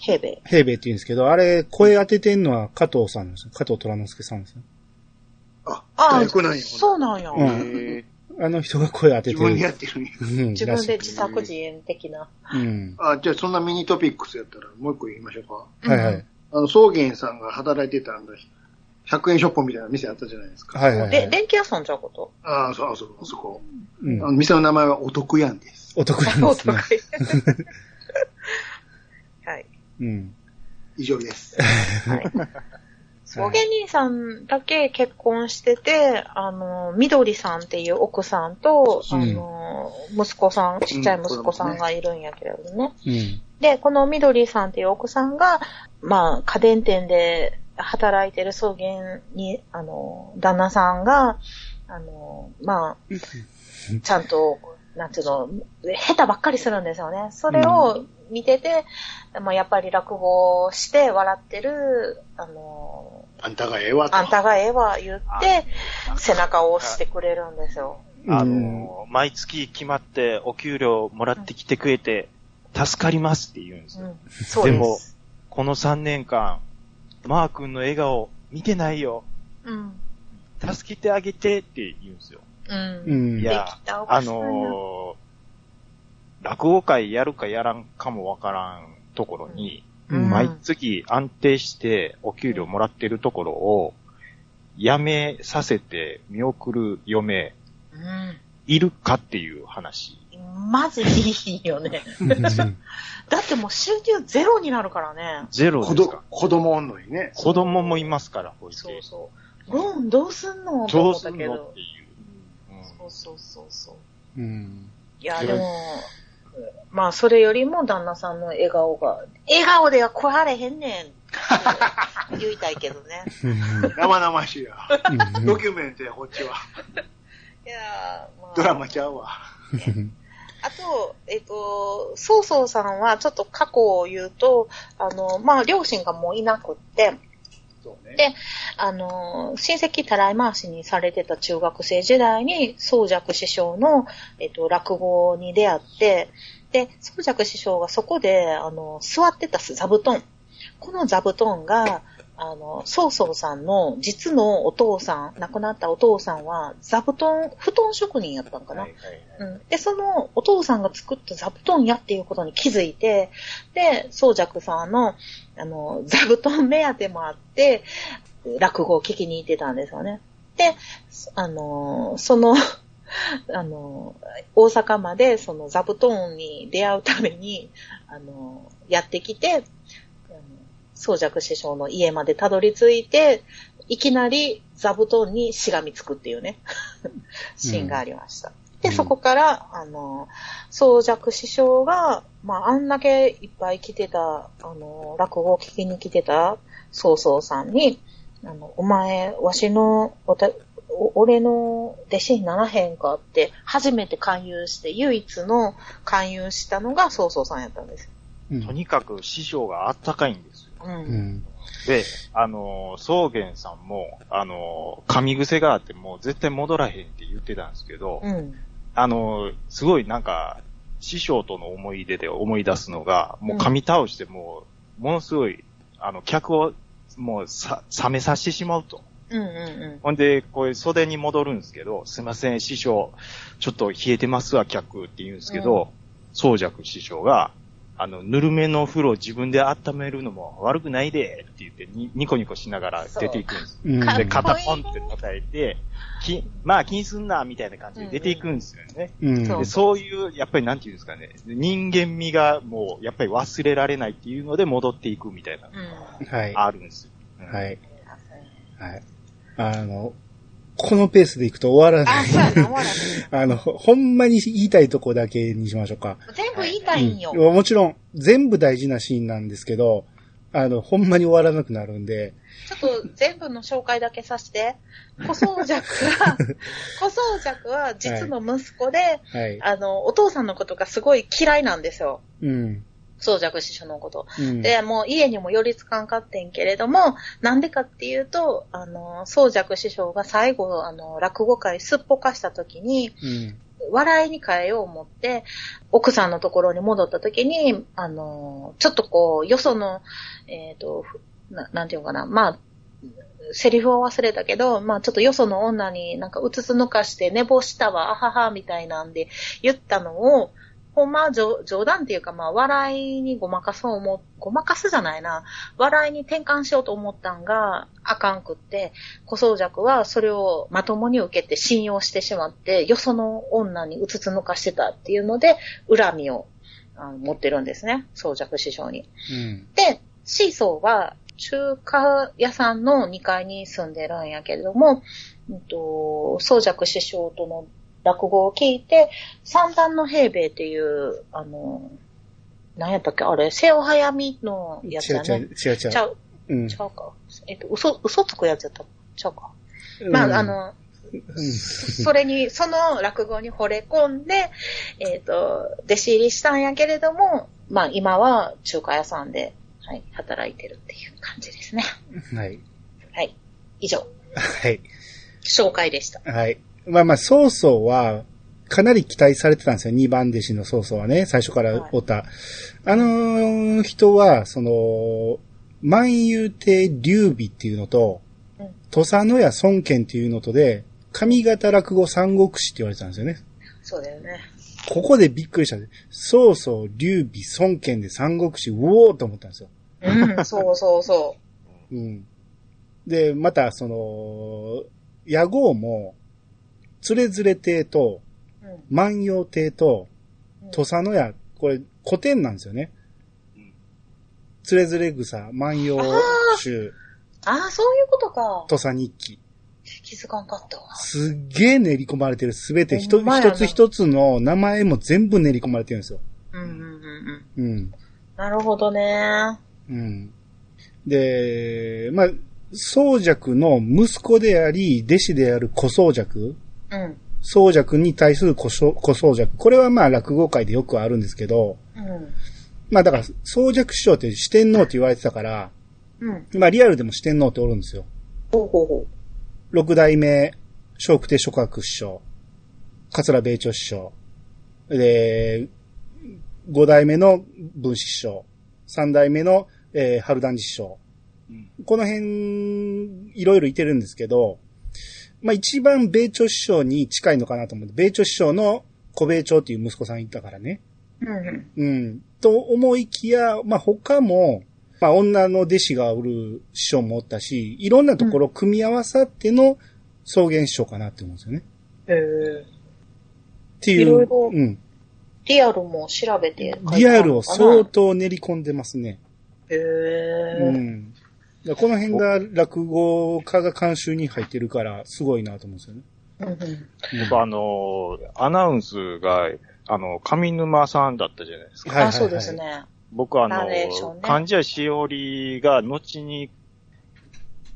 Speaker 2: ヘーベ
Speaker 1: 平兵衛って言うんですけど、あれ、声当ててんのは加藤さんですね。加藤虎之介さんですね。
Speaker 3: あ、
Speaker 2: あ
Speaker 3: 大工なんや。
Speaker 2: そうなんや。
Speaker 1: うん
Speaker 4: へ
Speaker 1: あの人が声当てて
Speaker 3: 自
Speaker 1: る。
Speaker 3: 分でやってるんや。
Speaker 1: うん
Speaker 2: 自
Speaker 1: ら
Speaker 2: 分
Speaker 1: しい
Speaker 2: で自作自演的な。
Speaker 1: うん。
Speaker 3: あ、じゃあそんなミニトピックスやったらもう一個言いましょうか。
Speaker 1: はいは
Speaker 2: う
Speaker 1: い
Speaker 2: ん。
Speaker 3: あの、草原さんが働いてたんだ、100円ショップみたいな店あったじゃないですか。
Speaker 1: はいはいは
Speaker 2: で、
Speaker 1: い。
Speaker 2: 電気屋さんちゃう こと。
Speaker 3: ああ、そう、あそこ、あそこ。
Speaker 1: う
Speaker 3: あの
Speaker 1: ん。
Speaker 3: 店の名前はお得やんです。
Speaker 1: お得意なん
Speaker 2: お
Speaker 1: ですね。
Speaker 2: 得意。はい。
Speaker 1: うん。
Speaker 3: 以上で す。
Speaker 2: はい。草原兄さんだけ結婚してて、あの、緑さんっていう奥さんと、
Speaker 1: うん
Speaker 2: あの、息子さん、ちっちゃい息子さんがいるんやけれどね。
Speaker 1: うん。
Speaker 2: で、この緑さんっていう奥さんが、まあ、家電店で働いてる草原に、あの、旦那さんが、あの、まあ、ちゃんと、なんていうの、下手ばっかりするんですよね。それを見てて、まあ、やっぱり落語をして笑ってる、あの、
Speaker 3: あんたがええわと。
Speaker 2: あんたがええわ言って、背中を押してくれるんですよ。
Speaker 4: あの、毎月決まってお給料もらってきてくれて、助かりますって言うんです
Speaker 2: う
Speaker 4: よ。
Speaker 2: ん、そうです。
Speaker 4: でもこの3年間、マー君の笑顔見てないよ。
Speaker 2: うん。
Speaker 4: 助けてあげてって言うんですよ。
Speaker 2: う。
Speaker 1: うんん。
Speaker 4: い
Speaker 2: でき
Speaker 4: や
Speaker 2: たお
Speaker 4: あ
Speaker 2: かしさんや
Speaker 4: のー落語会やるかやらんかもわからんところに、
Speaker 1: うん
Speaker 4: 毎月安定してお給料もらってるところを、辞めさせて見送る嫁、
Speaker 2: うん。
Speaker 4: いるかっていう話。
Speaker 2: マジいいよね。だってもう収入ゼロになるからね。
Speaker 4: ゼロ
Speaker 3: 子
Speaker 4: です
Speaker 3: 供
Speaker 4: か、
Speaker 3: 子供おんのにね。
Speaker 4: 子供もいますから、こいつ
Speaker 2: そ。うそう。ローンどうすんのって
Speaker 4: ど
Speaker 2: 思
Speaker 4: う
Speaker 2: っ
Speaker 4: す
Speaker 2: た
Speaker 4: ん
Speaker 2: け
Speaker 4: のっ
Speaker 2: ど
Speaker 4: て。いう。う
Speaker 2: そ
Speaker 4: ん
Speaker 2: うそうそうそう。
Speaker 1: うん。
Speaker 2: いや、でも、まあ、それよりも旦那さんの笑顔が、笑顔では食われへんねんっ て言いたいけどね。
Speaker 3: 生々しいや。
Speaker 1: うん
Speaker 3: ドキュメントや、こっちは。
Speaker 2: いやーまあ
Speaker 3: ドラマちゃうわ。
Speaker 2: あと、えっ、と、そうそうさんはちょっと過去を言うと、あの、まあ、両親がもういなくって、
Speaker 3: そうね。
Speaker 2: であの、親戚たらい回しにされてた中学生時代に、宗尺師匠の、えっと、落語に出会って、で、宗尺師匠がそこで、あの、座ってた座布団。この座布団が、あの、曹操さんの実のお父さん、亡くなったお父さんは、座布団、布団職人やったんかな。
Speaker 4: はいはい
Speaker 2: うんで、そのお父さんが作った座布団屋っていうことに気づいて、で、宗尺さんの、あの、座布団目当てもあって、落語を聞きに行ってたんですよね。で、あの、その、 あの、大阪までその座布団に出会うために、あの、やってきて、あの宗尺師匠の家までたどり着いて、いきなり座布団にしがみつくっていうね、 シーンがありました。で、
Speaker 1: うん
Speaker 2: そこから、あの、宗尺師匠が、まあ、あんだけいっぱい来てた、あの、落語を聞きに来てた、曹操さんに、あの、お前、わしの、おた、お俺の弟子にならへんかって、初めて勧誘して、唯一の勧誘したのが曹操さんやったんです。
Speaker 1: うん
Speaker 4: とにかく師匠があったかいんですよ。
Speaker 2: う。
Speaker 1: うんん。
Speaker 4: で、あのー、草原さんも、あのー、噛み癖があって、もう絶対戻らへんって言ってたんですけど、
Speaker 2: うん。
Speaker 4: あのー、すごいなんか、師匠との思い出で思い出すのが、もう噛み倒して、もう、ものすごい、あの、客を、もう、さ、冷めさせてしまうと。
Speaker 2: うんうん
Speaker 4: ほんで、こう、袖に戻るんですけど、すいません、師匠、ちょっと冷えてますわ、客って言うんですけど、宗尺師匠が、あの、ぬるめの風呂を自分で温めるのも悪くないで、って言ってに、ニコニコしながら出ていくんです。
Speaker 1: うん。
Speaker 2: かっこい
Speaker 4: で、
Speaker 2: い
Speaker 4: 肩ポンって叩いて、き、まあ気にすんな、みたいな感じで出ていくんですよね。
Speaker 1: うん。
Speaker 2: そ
Speaker 4: でそういう、やっぱりなんていうんですかね、人間味がもう、やっぱり忘れられないっていうので戻っていくみたいなの
Speaker 2: うん。
Speaker 1: はい。
Speaker 4: があるんですよ。。
Speaker 1: はいい。はい。あの、このペースでいくと終わらな
Speaker 2: あ、
Speaker 1: い。
Speaker 2: そうやな、思わなかっ
Speaker 1: あの、ほんまに言いたいとこだけにしましょうか。
Speaker 2: た全部言いたいんよ。
Speaker 1: うんもちろん、全部大事なシーンなんですけど、あの、ほんまに終わらなくなるんで、
Speaker 2: ちょっと全部の紹介だけさせて。小僧尺 は、小僧尺は実の息子で、
Speaker 1: はい。
Speaker 2: あの、お父さんのことがすごい嫌いなんですよ。
Speaker 1: うん。
Speaker 2: 小僧尺師匠のこと。
Speaker 1: うん。
Speaker 2: で、もう家にも寄りつかんかってんけれども、なんでかっていうと、あの、宗尺師匠が最後、あの、落語会すっぽかした時に、
Speaker 1: うん。
Speaker 2: 笑いに変えよう思って、奥さんのところに戻った時に、あの、ちょっとこう、よその、えっ、と、ななんていうのかな、まあ、セリフを忘れたけど、まあちょっとよその女になんかうつつ抜かして寝坊したわ、あはは、みたいなんで言ったのを、ほんまは冗冗談っていうかまあ笑いにごまかそうも、ごまかすじゃないな、笑いに転換しようと思ったんがあかんくって、小僧弱はそれをまともに受けて信用してしまって、よその女にうつつ抜かしてたっていうので、恨みをあの持ってるんですね、宗弱師匠に。
Speaker 1: うん。
Speaker 2: で、シーソーは中華屋さんの2階に住んでるんやけれども、うんと、宗尺師匠との落語を聞いて、三段の平兵衛っていう、あの、何やったっけあれ、瀬尾早見のやつ
Speaker 1: 違う
Speaker 2: や
Speaker 1: 違
Speaker 2: ね
Speaker 1: う。、違う違
Speaker 2: ちゃ
Speaker 1: う。
Speaker 2: う、
Speaker 1: うん。
Speaker 2: ちゃうか。えっと、嘘、嘘つくやつやった。ちゃうか。ま
Speaker 1: うん
Speaker 2: あ、あ、の、そそれに、その落語に惚れ込んで、えっ、と、弟子入りしたんやけれども、まあ今は中華屋さんで、はい、働いてるっていう感じですね。
Speaker 1: はい。
Speaker 2: はい。以上、
Speaker 1: はい。
Speaker 2: 紹介でした。
Speaker 1: はい。まあまあ、曹操は、かなり期待されてたんですよ。二番弟子の曹操はね、最初からおった。あのー人は、その、万有亭劉備っていうのと
Speaker 2: うん、
Speaker 1: 土佐野屋孫権っていうのとで、上方落語三国志って言われてたんですよね。
Speaker 2: そうだよね。
Speaker 1: ここでびっくりしたんです。曹操、劉備、孫権で三国志、うおーと思ったんですよ。
Speaker 2: うん、そうそうそ
Speaker 1: うん。で、また、その、野号も、つれずれ亭と、
Speaker 2: う。うん
Speaker 1: 万葉亭と、
Speaker 2: うん
Speaker 1: 土佐の屋、これ古典なんですよね
Speaker 4: うん。
Speaker 1: つれづれ草、万葉集、
Speaker 2: ああ、そういうことか。
Speaker 1: 土佐日記。
Speaker 2: 気づかんかったわ。
Speaker 1: すっげえ練り込まれてる。すべて一
Speaker 2: ほん
Speaker 1: つ
Speaker 2: まやな
Speaker 1: 一つ一つの名前も全部練り込まれてるんですよ。
Speaker 2: うんうんうんうん。
Speaker 1: うん。
Speaker 2: なるほどね。
Speaker 1: うん。で、まあ、宗尺の息子であり、弟子である小宗尺。
Speaker 2: うん。
Speaker 1: 宗尺に対する小宗小宗尺。これはまあ落語界でよくあるんですけど、
Speaker 2: うん。
Speaker 1: まあだから、宗尺師匠って四天王って言われてたから、
Speaker 2: うん。
Speaker 1: まあリアルでも四天王っておるんですよ。
Speaker 2: ほうほうほ
Speaker 1: 六代目、小福亭諸角師匠、桂米朝師匠、で、五代目の文子師匠、三代目の、えー春団治師匠。
Speaker 4: うん
Speaker 1: この辺、いろいろいてるんですけど、まあ一番米朝師匠に近いのかなと思って、米朝師匠の小米朝っていう息子さんいたからね。
Speaker 2: う。うんうん。
Speaker 1: うん。と思いきや、まあ、他も、まあ、女の弟子がおる師匠もおったし、いろんなところ組み合わさっての草原師匠かなって思うんですよね。
Speaker 2: へえ。
Speaker 1: っていう。
Speaker 2: いろいろ
Speaker 1: うん。
Speaker 2: リアルも調べて書い
Speaker 1: リ
Speaker 2: てあ
Speaker 1: ア
Speaker 2: る
Speaker 1: ル
Speaker 2: の
Speaker 1: を
Speaker 2: かな
Speaker 1: 相当練り込んでますね。
Speaker 2: へ
Speaker 1: う
Speaker 2: え。
Speaker 1: ん。だからこの辺が落語家が監修に入ってるから、すごいなと思うんですよね。
Speaker 2: うん
Speaker 1: うん
Speaker 4: 僕 あのーアナウンスが、あの、上沼さんだったじゃないですか。
Speaker 1: はいはいはい
Speaker 2: あ、そうですね。
Speaker 4: 僕あの
Speaker 2: ナレーションね
Speaker 4: ー、患者しおりが後に、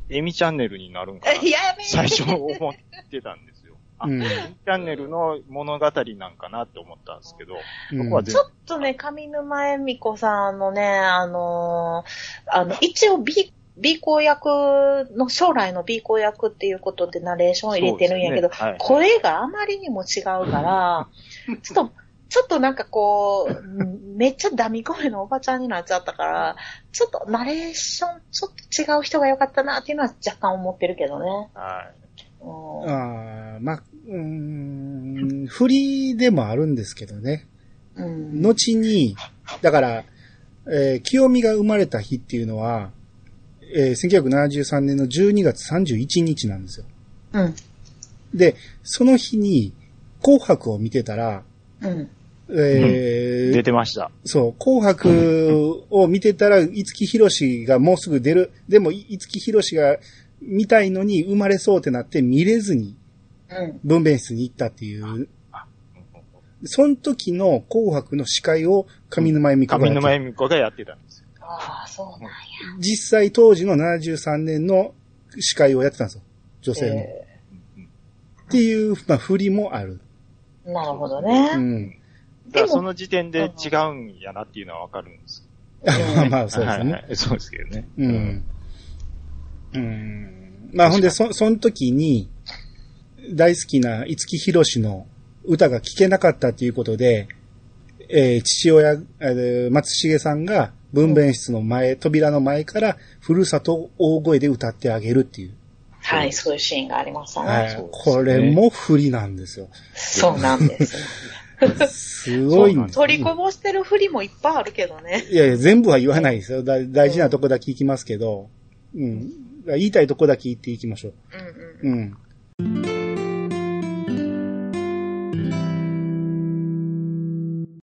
Speaker 4: エミチャンネルになるんかな。
Speaker 2: いややめ
Speaker 4: 最初思ってたんですよ。あ、
Speaker 1: う
Speaker 4: エミ
Speaker 1: ん。
Speaker 4: チャンネルの物語なんかなって思ったんですけど、
Speaker 1: うん
Speaker 4: 僕は
Speaker 2: ちょっとね、上沼恵美子さんのね、あのーあの、一応 B、B 公役の、将来の B 公役っていうことでナレーションを入れてるんやけど、
Speaker 4: そうですねはい
Speaker 2: 声があまりにも違うから、ちょっと、ちょっとなんかこう、めっちゃダミ声のおばちゃんになっちゃったから、ちょっとナレーション、ちょっと違う人が良かったなっていうのは若干思ってるけどね。
Speaker 4: はい。
Speaker 2: う
Speaker 1: あ
Speaker 2: ん
Speaker 1: ーまあ、うーん、振りでもあるんですけどね。
Speaker 2: うん
Speaker 1: 後に、だから、えー清美が生まれた日っていうのは、えー1973年の12月31日なんですよ。
Speaker 2: うん。
Speaker 1: で、その日に、紅白を見てたら、
Speaker 2: うん。
Speaker 1: えー
Speaker 4: 出てました。
Speaker 1: そう、紅白を見てたら、五木ひろしがもうすぐ出る。でも、い五木ひろしが見たいのに生まれそうってなって見れずに
Speaker 2: うん。
Speaker 1: 分娩室に行ったっていう、その時の紅白の司会を上沼恵美子が
Speaker 4: 上
Speaker 1: やって
Speaker 4: 沼恵美子がやってたんですよ。
Speaker 2: ああ、そうなん
Speaker 1: 実際当時の73年の司会をやってたんですよ。女性の。
Speaker 2: え
Speaker 1: っていう、まあ、振りもある。
Speaker 2: ーなるほど
Speaker 1: う
Speaker 2: ね。
Speaker 1: ん。
Speaker 4: だ
Speaker 2: で
Speaker 4: からそ
Speaker 2: も、
Speaker 4: の時点で違うんやなっていうのはわかるんですけ
Speaker 1: ま あまあ、
Speaker 4: ど。
Speaker 1: そうです
Speaker 4: はい
Speaker 1: ね。
Speaker 4: はいそうですけどね。
Speaker 1: うん。うん。まあ、ほんで、そ、その時に、大好きな五木ひろしの歌が聴けなかったということで、えー父親、えー松重さんが分娩室の前、扉の前から、ふるさとを大声で歌ってあげるっていう。
Speaker 2: はい、そういうシーンがありました
Speaker 1: は
Speaker 2: ね。
Speaker 1: い
Speaker 4: そうですね
Speaker 1: これも振りなんですよ。
Speaker 2: そうなんです。
Speaker 1: すごいんですよ
Speaker 2: 取りこぼしてる振りもいっぱいあるけどね。
Speaker 1: いやいや、全部は言わないですよ。だ大事なとこだけ行きますけど、うん。だ言いたいとこだけ言っていきましょう。
Speaker 2: うんうん。
Speaker 1: うん。